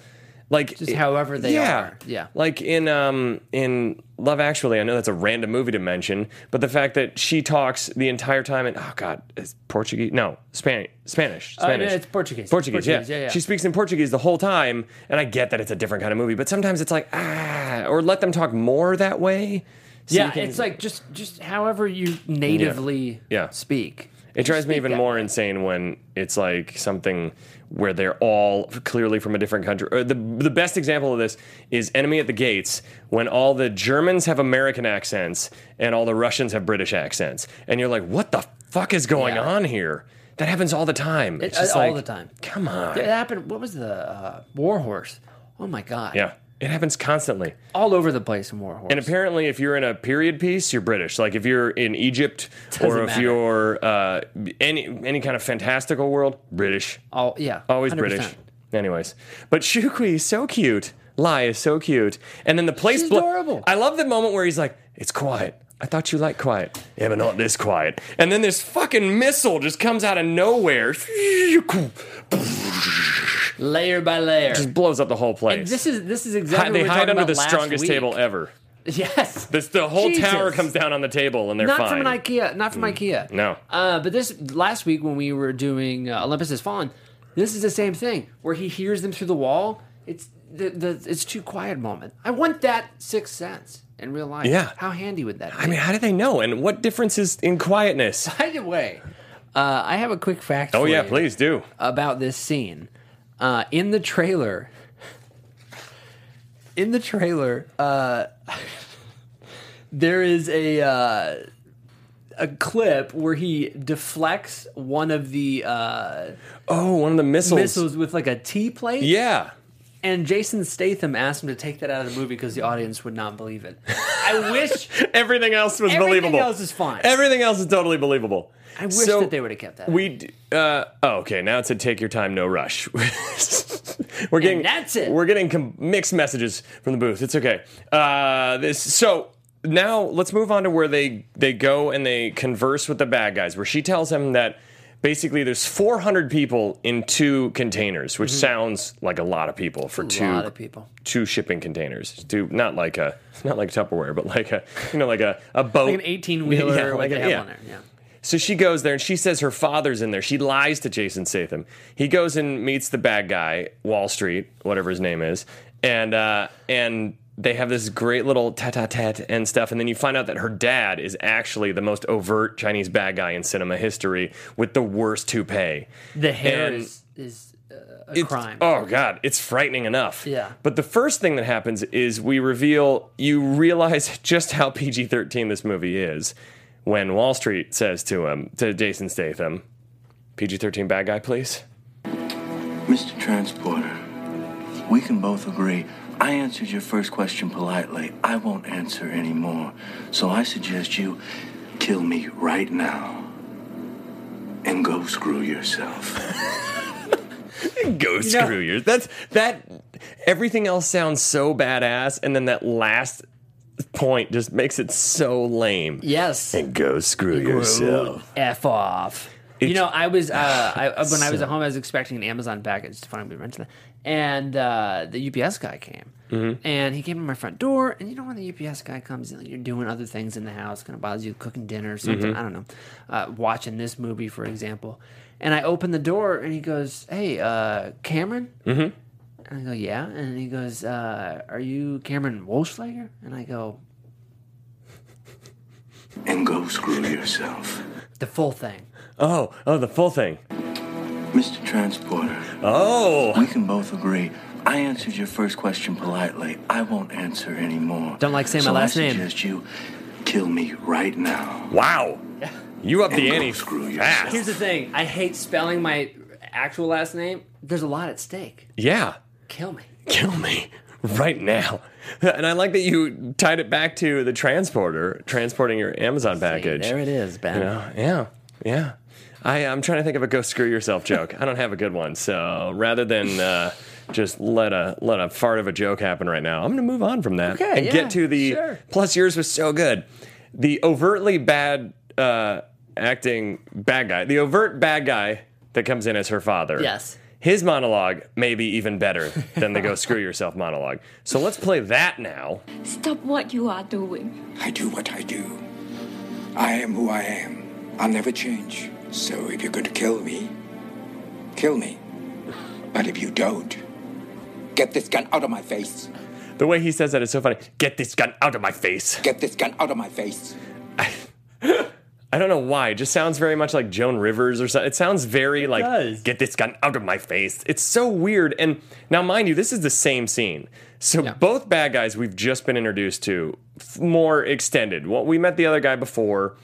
like Just however they are. Yeah. like in um in love actually i know that's a random movie to mention but the fact that she talks the entire time and oh god it's portuguese no spanish spanish Uh, no, spanish it's Portuguese. portuguese, Portuguese, yeah. yeah, yeah. she speaks in portuguese the whole time and i get that it's a different kind of movie but sometimes it's like ah or let them talk more that way so yeah, you can- it's like just just however you natively Yeah. speak. It drives me speak even that more insane when it's like something where they're all clearly from a different country. Or the the best example of this is Enemy at the Gates when all the Germans have American accents and all the Russians have British accents, and you're like, what the fuck is going Yeah. on here? That happens all the time. It's uh, just all like, the time. Come on. It happened. What was the uh, War Horse? Oh my god! Yeah, it happens constantly. all over the place in War Horse. And apparently, if you're in a period piece, you're British. Like if you're in Egypt or if matter. you're uh, any any kind of fantastical world, British. all yeah, Always 100%. British. Anyways, but Shukui is so cute. Lai is so cute. And then the place. She's adorable. I love the moment where he's like, "It's quiet." I thought you liked quiet. Yeah, but not this quiet. And then this fucking missile just comes out of nowhere, Layer by layer. just blows up the whole place. And this is this is Hi- exactly they what we were hide talking under about the last strongest week. table ever. Yes, This, the whole Jesus. tower comes down on the table, and they're Not fine. Mm. from an IKEA. Not from IKEA. No. Uh, but this last week when we were doing uh, Olympus Has Fallen, this is the same thing where he hears them through the wall. It's the, the it's too quiet moment. I want that sixth sense in real life. Yeah. How handy would that? be? I mean, how do they know? And what difference is in quietness? by the way, uh, I have a quick fact. Oh for yeah, you please do. about this scene. Uh, in the trailer, in the trailer, uh, there is a. Uh, a clip where he deflects one of the uh, Oh, one of the missiles. missiles with like a T plate. Yeah. And Jason Statham asked him to take that out of the movie because the audience would not believe it. I wish Everything else was Everything believable. else is fine. Everything else is totally believable. I wish that they would've kept that. We d- uh, oh, okay. Now it said take your time, no rush. we're getting that's it. We're getting com- mixed messages from the booth. It's okay. Uh, this so now let's move on to where they they go and they converse with the bad guys. Where she tells him that basically there's 400 people in two containers, which sounds like a lot of people for two Mm-hmm. a lot of people. two shipping containers. Two, not like a not like Tupperware, but like a you know like a a boat. Like an 18 wheeler Yeah, or what like they a- have yeah. on there. Yeah. So she goes there and she says her father's in there. She lies to Jason Statham. He goes and meets the bad guy, Wall Street, whatever his name is, and uh, and they have this great little tete-a-tete and stuff. And then you find out that her dad is actually the most overt Chinese bad guy in cinema history with the worst toupee. The hair And- is, is uh, a It's- crime. Oh god, it's frightening enough. Yeah. But the first thing that happens is we reveal you realize just how PG-13 this movie is when Wall Street says to him to Jason Statham, PG-13 bad guy, please. Mr. Transporter, we can both agree. I answered your first question politely. I won't answer anymore. So I suggest you kill me right now. And go screw yourself. Go screw you. That's that everything else sounds so badass and then that last point just makes it so lame. Yes. And go screw yourself. F off. you It's- know, I was uh, I, when I was at home, I was expecting an Amazon package to finally be rented, and uh, the UPS guy came, Mm-hmm. and he came to my front door. And you know when the UPS guy comes, in, you're doing other things in the house, kind of bothers you, cooking dinner or something. Mm-hmm. I don't know, uh, watching this movie for example. And I open the door, and he goes, "Hey, uh, Cameron." Mm-hmm. And I go, "Yeah." And he goes, uh, "Are you Cameron Walschlager?" And I go, And go screw yourself. "The full thing." Oh, oh, the full thing. Mr. Transporter, Oh. we can both agree. I answered your first question politely. I won't answer anymore. Don't like saying my so last I name. suggest you kill me right now. Wow. You up the And go ante fast. screw yourself. Here's the thing. I hate spelling my actual last name. There's a lot at stake. Yeah. Kill me. Kill me right now. And I like that you tied it back to the transporter, transporting your Amazon package. it is, Ben. You know? Uh, Yeah. Yeah. I, I'm trying to think of a go screw yourself joke. I don't have a good one. So rather than uh, just let a let a fart of a joke happen right now, I'm going to move on from that Okay, and yeah, get to the sure. plus yours was so good. The overtly bad uh, acting bad guy, the overt bad guy that comes in as her father. Yes. His monologue may be even better than the go screw yourself monologue. So let's play that now. Stop what you are doing. I do what I do. I am who I am. I'll never change. So if you're going to kill me, kill me. But if you don't, get this gun out of my face. The way he says that is so funny. Get this gun out of my face. Get this gun out of my face. I don't know why. It just sounds very much like Joan Rivers or something. It sounds very like does. get this gun out of my face. It's so weird. And now, mind you, this is the same scene. So both bad guys we've just been introduced to f- more extended. Well, we met the other guy before,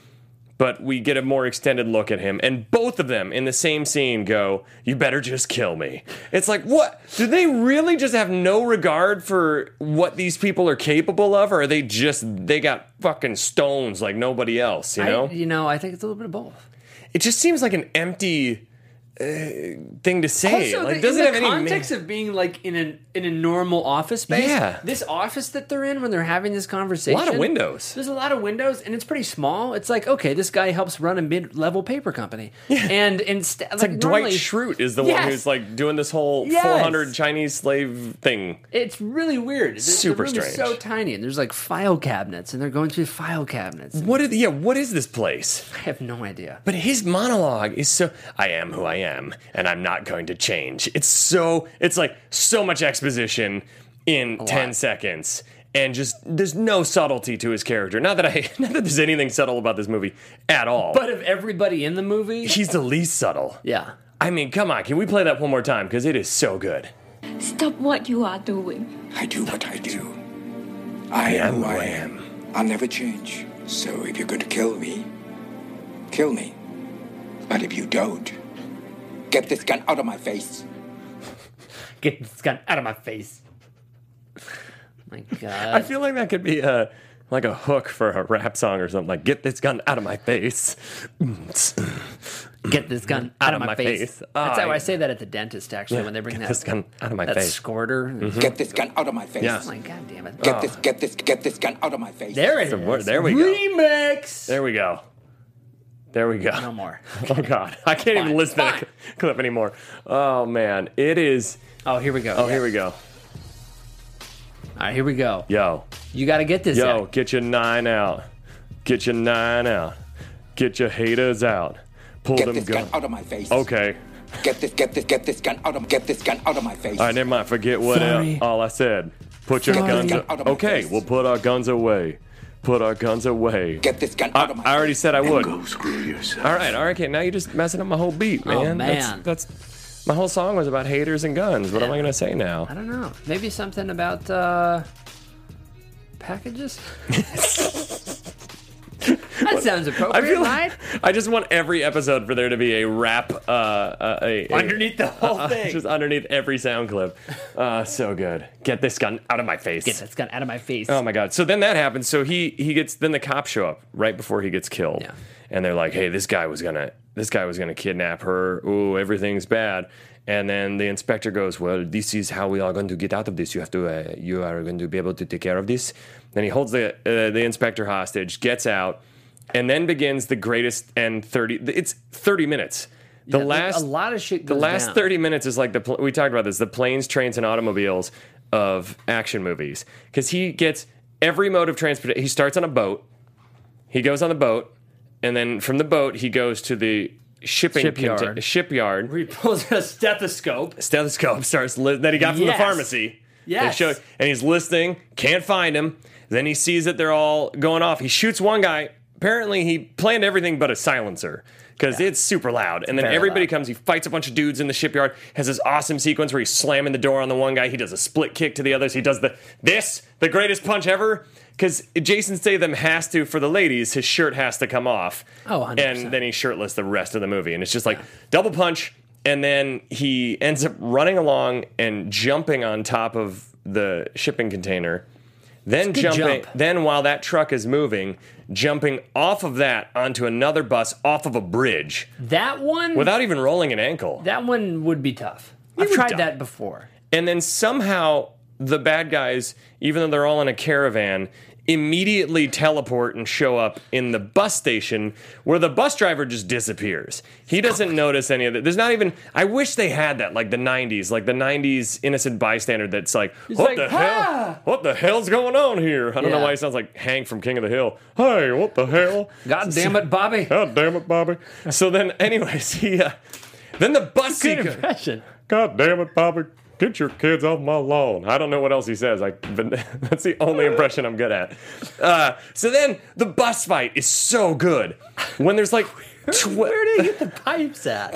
but we get a more extended look at him. And both of them in the same scene go, "You better just kill me." It's like, what? Do they really just have no regard for what these people are capable of, or are they just they got fucking stones like nobody else? You know? I, you know, I think it's a little bit of both. it just seems like an empty uh, thing to say. also, like, the, doesn't in have the any context of being like in a in a normal office space. Yeah. This office that they're in when they're having this conversation. windows. There's a lot of windows, and it's pretty small. It's like okay, this guy helps run a mid level paper company. Yeah. And instead, It's like Dwight normally- Schrute is the Yes. one who's like doing this whole Yes. 400 Chinese slave thing. It's really weird. The- the Super room is strange. so tiny, and there's like file cabinets, and they're going through file cabinets. What is yeah? What is this place? I have no idea. But his monologue is so I am who I am and I'm not going to change. It's so it's like so much exposition in 10 seconds and just there's no subtlety to his character. Not that I not that there's anything subtle about this movie at all. But of everybody in the movie, he's the least subtle. yeah. I mean, come on, can we play that one more time cuz it is so good. Stop what you are doing. I do what I do. I am who I am. I'll never change. So if you're going to kill me, Kill me. But if you don't, get this gun out of my face. Get this gun out of my face. My God. I feel like that could be a like a hook for a rap song or something. Like, get this gun out of my face. Get this gun out, of my, face. That's Ah, how I say that at the dentist, actually, when they bring get that, this gun out of my that face. squirter. Get this gun out of my face. Yeah. I'm like, God damn it. Get this, get this, get this gun out of my face. There it is. the word- there we go. Remix. There we go. There we go. No more. Oh God, I can't even Fine, listen to that fine. cl- clip anymore. Oh man, it is. Oh, here we go. Oh, here we go. All right, here we go. Yo, You got to get this. yo, Zach. get your nine out. Get your nine out. Get your haters out. Pull Get them this gun guns. Oh, out of my face. Okay. Get this, get this, get this gun out of, get this gun out of my face. All right, never mind. Forget what Sorry. el- all I said. Put your Sorry. guns. Get out of my Okay, face. we'll put our guns away. Put our guns away. Get this gun out I, of my I already face. said I would. Go screw yourself. All right, all right, okay. Now you're just messing up my whole beat, man. Oh, man. That's, that's my whole song was about haters and guns. What am I gonna say now? I don't know. Maybe something about uh, packages? that sounds appropriate, right? I just want every episode for there to be a rap uh, uh, a, a- Underneath the whole uh, thing. just underneath every sound clip. Uh, so good. Get this gun out of my face. Get this gun out of my face. Oh my god. So then that happens. So he he gets then the cops show up right before he gets killed. Yeah. And they're like, "Hey, this guy was going to this guy was going to kidnap her. Ooh, everything's bad." And then the inspector goes, "Well, this is how we are going to get out of this. You have to uh, you are going to be able to take care of this." Then he holds the uh, the inspector hostage, gets out, and then begins the greatest and 30 it's 30 minutes. The Yeah, like, last a lot of shit the goes last down. 30 minutes is like the pl- we talked about this the planes trains and automobiles of action movies because he gets every mode of transport he starts on a boat he goes on the boat and then from the boat he goes to the shipping Shipyard. shipyard He pulls out a stethoscope. stethoscope starts li- that he got from Yes. the pharmacy Yes. They show- and he's listening can't find him then he sees that they're all going off he shoots one guy apparently he planned everything but a silencer because it's super loud and then very everybody loud. comes he fights a bunch of dudes in the shipyard has this awesome sequence where he's slamming the door on the one guy he does a split kick to the others he does the this the greatest punch ever because jason statham has to for the ladies his shirt has to come off Oh, 100%. and then he's shirtless the rest of the movie. And it's just like double punch. And then he ends up running along and jumping on top of the shipping container. Then good jumping, jump. then while that truck is moving, jumping off of that onto another bus off of a bridge That one, without even rolling an ankle. that one would be tough. I've would tried die. that before. And then somehow the bad guys, even though they're all in a caravan, immediately teleport and show up in the bus station where the bus driver just disappears. He doesn't notice any of it. There's not even I wish they had that like the 90s, like the 90s innocent bystander that's like, "What like, the "Ah!" hell? What the hell's going on here?" I don't know Yeah. why he sounds like Hank from King of the Hill. "Hey, what the hell?" God damn it, Bobby. God damn it, Bobby. So then anyways, he uh, then the bus Good sequence- impression. God damn it, Bobby. Get your kids off my lawn. I don't know what else he says. I, but that's the only impression I'm good at. Uh, so then the bus fight is so good. When there's like. Tw- Where do you get the pipes at?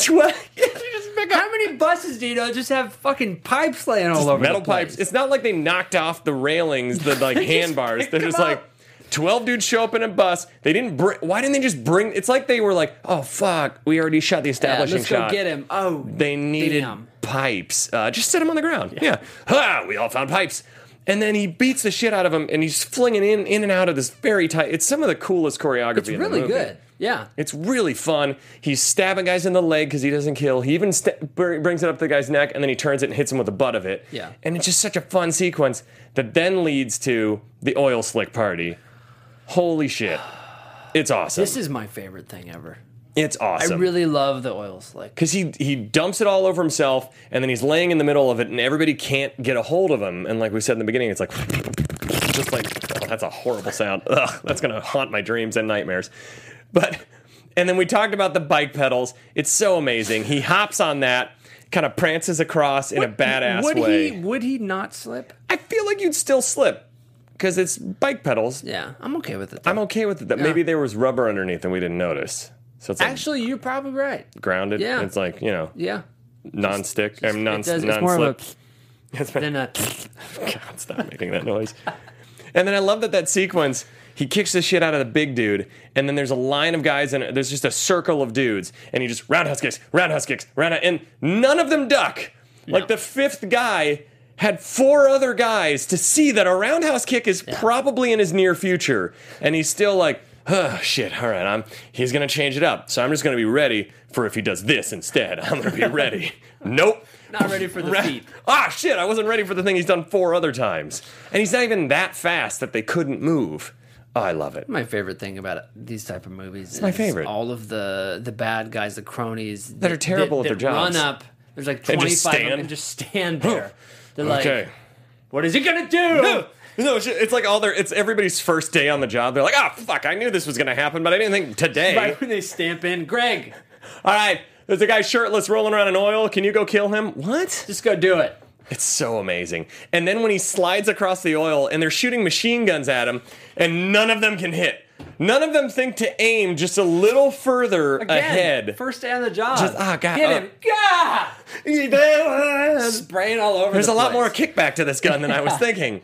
How many buses do you know just have fucking pipes laying all over metal the place? pipes. It's not like they knocked off the railings, the like handbars. picked They're just them like up. twelve dudes show up in a bus. They didn't. Br- why didn't they just bring? It's like they were like, oh fuck, we already shot the Yeah, establishing let's go shot. get him. Oh, They needed damn. pipes. Uh, just sit him on the ground. Yeah. Ha, we all found pipes. And then he beats the shit out of him, and he's flinging in in and out of this very tight. It's some of the coolest choreography. It's in the really movie. good. Yeah. It's really fun. He's stabbing guys in the leg because he doesn't kill. He even st- br- brings it up to the guy's neck and then he turns it and hits him with the butt of it. Yeah. And it's just such a fun sequence that then leads to the oil slick party. Holy shit. It's awesome. This is my favorite thing ever. it's awesome. I really love the oil slick. because he he dumps it all over himself, and then he's laying in the middle of it, and everybody can't get a hold of him. And like we said in the beginning, it's like just like oh, that's a horrible sound. Ugh, that's gonna haunt my dreams and nightmares. But and then we talked about the bike pedals. It's so amazing. He hops on that, kind of prances across in a badass would way. he would he not slip? I feel like you'd still slip because it's bike pedals. Yeah, I'm okay with it. though. I'm okay with it. That Yeah. maybe there was rubber underneath and we didn't notice. So it's like Actually, you're probably right. grounded. yeah. It's like you know Yeah. non-stick. um, I'm non, it does, non it's more slip. of a than a God, stop making that noise. And then I love that that sequence. He kicks the shit out of the big dude, and then there's a line of guys, and there's just a circle of dudes, and he just roundhouse kicks, roundhouse kicks, roundhouse, and none of them duck. Like the fifth guy had four other guys to see that a roundhouse kick is probably in his near future, and he's still like, oh shit, all right, I'm he's gonna change it up. So I'm just gonna be ready for if he does this instead. I'm gonna be ready. nope. Not ready for the Ra- feet. Ah, shit, I wasn't ready for the thing he's done four other times. And he's not even that fast that they couldn't move. Ah, I love it. My favorite thing about these type of movies is my favorite. all of the the bad guys, the cronies that, are terrible that, at their that jobs. Run up. There's like 25 And just of them stand. and just stand there. They're Okay. like, "What is he gonna do?" No, it's, it's like all their, it's everybody's first day on the job. They're like, ah, fuck, I knew this was going to happen, but I didn't think today. Right when they stamp in, Greg, All right, there's a guy shirtless rolling around in oil. Can you go kill him? What? just go do it. It's so amazing. And then when he slides across the oil and they're shooting machine guns at him, and none of them can hit. None of them think to aim just a little further Again, ahead. First day on the job. Just- ah, God, Get uh, him. Gah! Spraying all over. There's the a lot more place. kickback to this gun than I was thinking.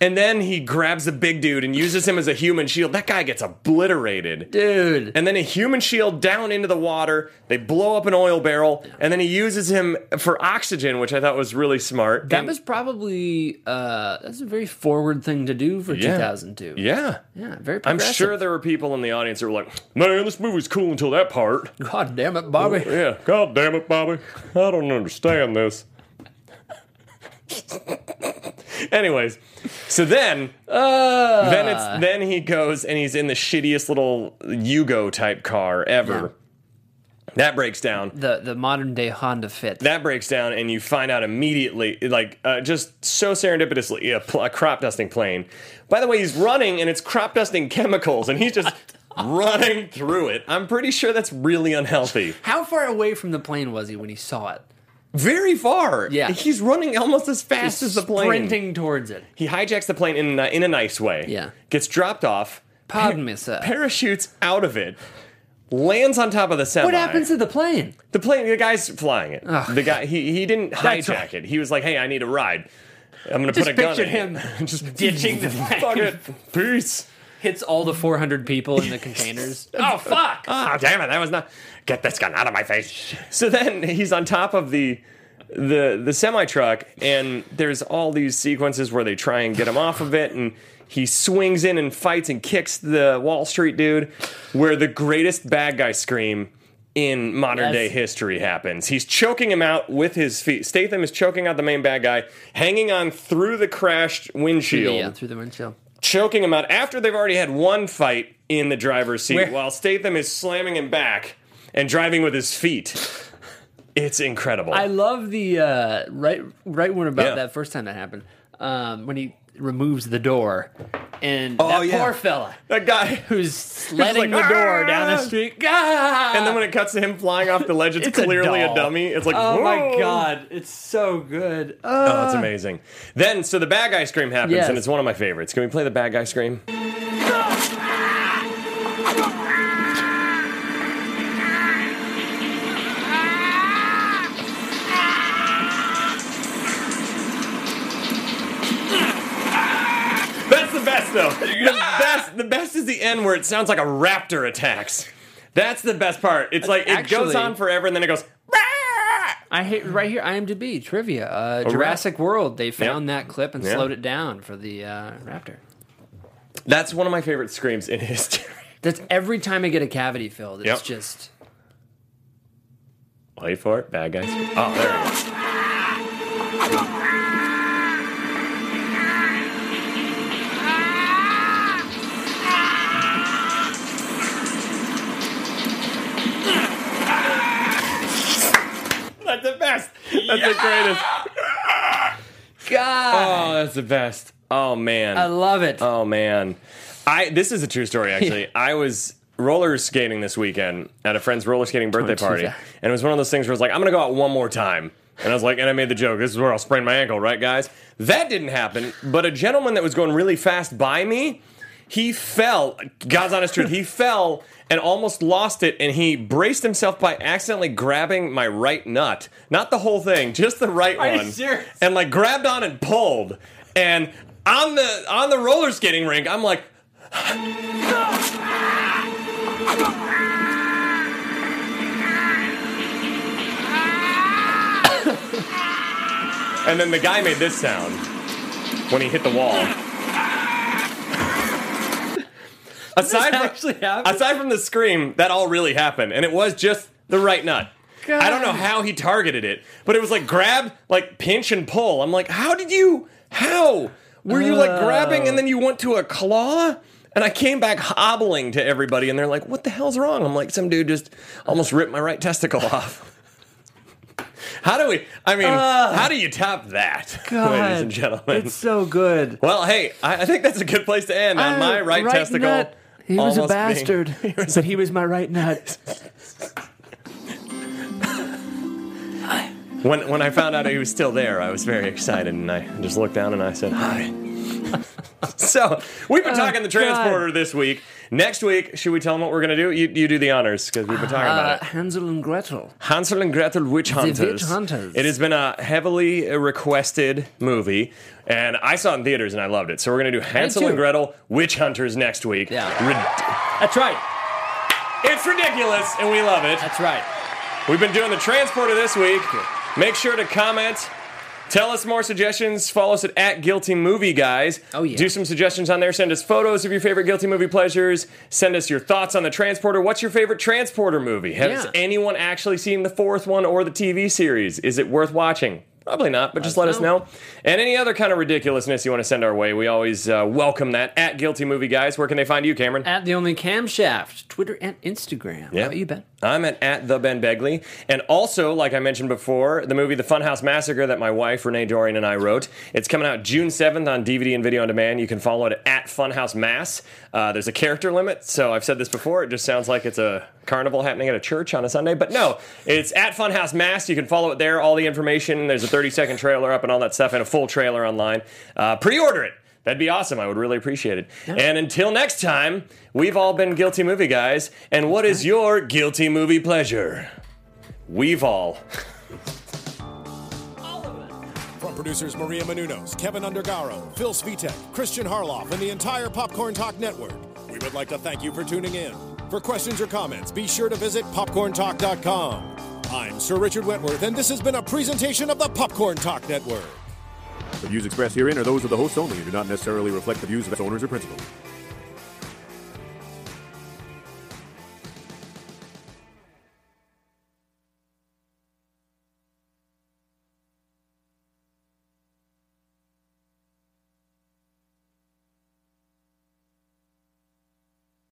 And then he grabs the big dude and uses him as a human shield. That guy gets obliterated. dude. And then a human shield down into the water. They blow up an oil barrel. And then he uses him for oxygen, which I thought was really smart. That And- was probably uh, that's a very forward thing to do for Yeah. 2002. Yeah. yeah, very. I'm progressive. sure there were people in the audience that were like, man, this movie's cool until that part. God damn it, Bobby! Yeah. God damn it, Bobby. I don't understand this. Anyways, so then Uh, then it's then he goes and he's in the shittiest little Yugo type car ever. That breaks down. The the modern day Honda Fit. That breaks down, and you find out immediately, like uh, just so serendipitously, a, pl- a crop dusting plane. By the way, he's running, and it's crop dusting chemicals, and he's just running through it. I'm pretty sure that's really unhealthy. How far away from the plane was he when he saw it? Very far. Yeah. he's running almost as fast as the plane. Sprinting towards it. He hijacks the plane in a, in a nice way. Yeah. Gets dropped off. Pardon me, sir. Parachutes out of it. Lands on top of the semi. What happens to the plane? the plane? The guy's flying it. Ugh. The guy he he didn't That's hijack right. it. He was like, "Hey, I need a ride. I'm gonna Just put a gun." pictured in it." him just ditching the plane. Fuck it. Peace. Hits all the 400 people in the containers. oh fuck! Ah, damn it! That was not. Get this gun out of my face. So then he's on top of the the the semi truck, and there's all these sequences where they try and get him off of it, and he swings in and fights and kicks the Wall Street dude, where the greatest bad guy scream in modern Yes. day history happens. He's choking him out with his feet. Statham is choking out the main bad guy, hanging on through the crashed windshield Yeah, through the windshield. choking him out after they've already had one fight in the driver's seat Where- while Statham is slamming him back and driving with his feet. It's incredible. I love the uh, right right one about Yeah. that first time that happened um, when he removes the door and that Oh, yeah. poor fella that guy. who's letting like, the door "Ah!" down the street. Ah! God! And then when it cuts to him flying off the ledge, it's, It's a clearly a, doll. dummy. It's like, oh my "Whoa." god, it's so good. Oh, it's amazing. Then, so the bad guy scream happens, Ah. Yes. and it's one of my favorites. Can we play the bad guy scream? That's the best though. The Ah! best, the best is the end where it sounds like a raptor attacks. That's the best part. It's like it goes Actually- on forever, and then it goes. "Bah!" I hate right here. IMDb trivia. Uh, Jurassic World. They found that clip and Oh, Yeah. slowed it down for the uh, raptor. That's one of my favorite screams in history. That's every time I get a cavity filled. It's Yep. just Wait for it, bad guys. Oh, there it is. That's the best. That's the greatest. God. Oh, that's the best. Oh man. I love it. Oh man, I this is a true story actually. I was roller skating this weekend at a friend's roller skating birthday too party, fast. and it was one of those things where I was like, I'm gonna go out one more time. And I was like, and I made the joke, this is where I'll sprain my ankle, right, guys? That didn't happen, but a gentleman that was going really fast by me, he fell. God's honest truth, he fell and almost lost it, and he braced himself by accidentally grabbing my right nut. Not the whole thing, just the right Are you one. serious? And like grabbed on and pulled. And on the on the roller skating rink, I'm like, And then the guy made this sound when he hit the wall. aside, actually from, happened? aside from the scream, that all really happened. And it was just the right nut. I don't know how he targeted it, but it was like grab, like pinch and pull. I'm like, how did you, how? Were you like grabbing and then you went to a claw? And I came back hobbling to everybody and they're like, what the hell's wrong? I'm like, some dude just almost ripped my right testicle off. How do we? I mean, how do you top that, ladies and gentlemen? It's so good. well, hey, I, I think that's a good place to end on my right, testicle. nut. He was a almost being- bastard, but he was my right nut. when when I found out he was still there, I was very excited, and I just looked down and I said hi. so we've Oh, been talking the transporter this week. Next week, should we tell them what we're gonna do? You, you do the honors because we've been talking Uh, about it. Hansel and Gretel. Hansel and Gretel Witch Hunters. Hunters. It has been a heavily requested movie, and I saw it in theaters and I loved it. So we're gonna do Hansel too. and Gretel Witch Hunters next week. Yeah. Rid- That's right. it's ridiculous, and we love it. That's right. We've been doing the transporter this week. Make sure to comment. Tell us more suggestions. Follow us at, at Guilty Movie Guys. Oh, yeah. Do some suggestions on there. Send us photos of your favorite guilty movie pleasures. Send us your thoughts on the transporter. What's your favorite transporter movie? Has Yeah. anyone actually seen the fourth one or the TV series? Is it worth watching? Probably not, but just let us know. And any other kind of ridiculousness you want to send our way, we always uh, welcome that. At Guilty Movie Guys, where can they find you, Cameron? At the only camshaft, Twitter and Instagram. How Yeah. about you, Ben? I'm at, at the Ben Begley. And also, like I mentioned before, the movie The Funhouse Massacre that my wife, Renee Dorian, and I wrote. It's coming out June 7th on DVD and video on demand. You can follow it at Funhouse Mass. Uh, there's a character limit, so I've said this before. It just sounds like it's a carnival happening at a church on a Sunday. But no, it's at Funhouse Mass. You can follow it there, all the information. There's a 30 second trailer up and all that stuff, and a full trailer online. Uh, Pre order it. That'd be awesome. I would really appreciate it. And until next time, we've all been guilty movie guys. And what is your guilty movie pleasure? We've all. From producers Maria Menunos, Kevin Undergaro, Phil Svitek, Christian Harloff, and the entire Popcorn Talk Network, we would like to thank you for tuning in. For questions or comments, be sure to visit popcorntalk.com. I'm Sir Richard Wentworth, and this has been a presentation of the Popcorn Talk Network. The views expressed herein are those of the hosts only and do not necessarily reflect the views of its owners or principals.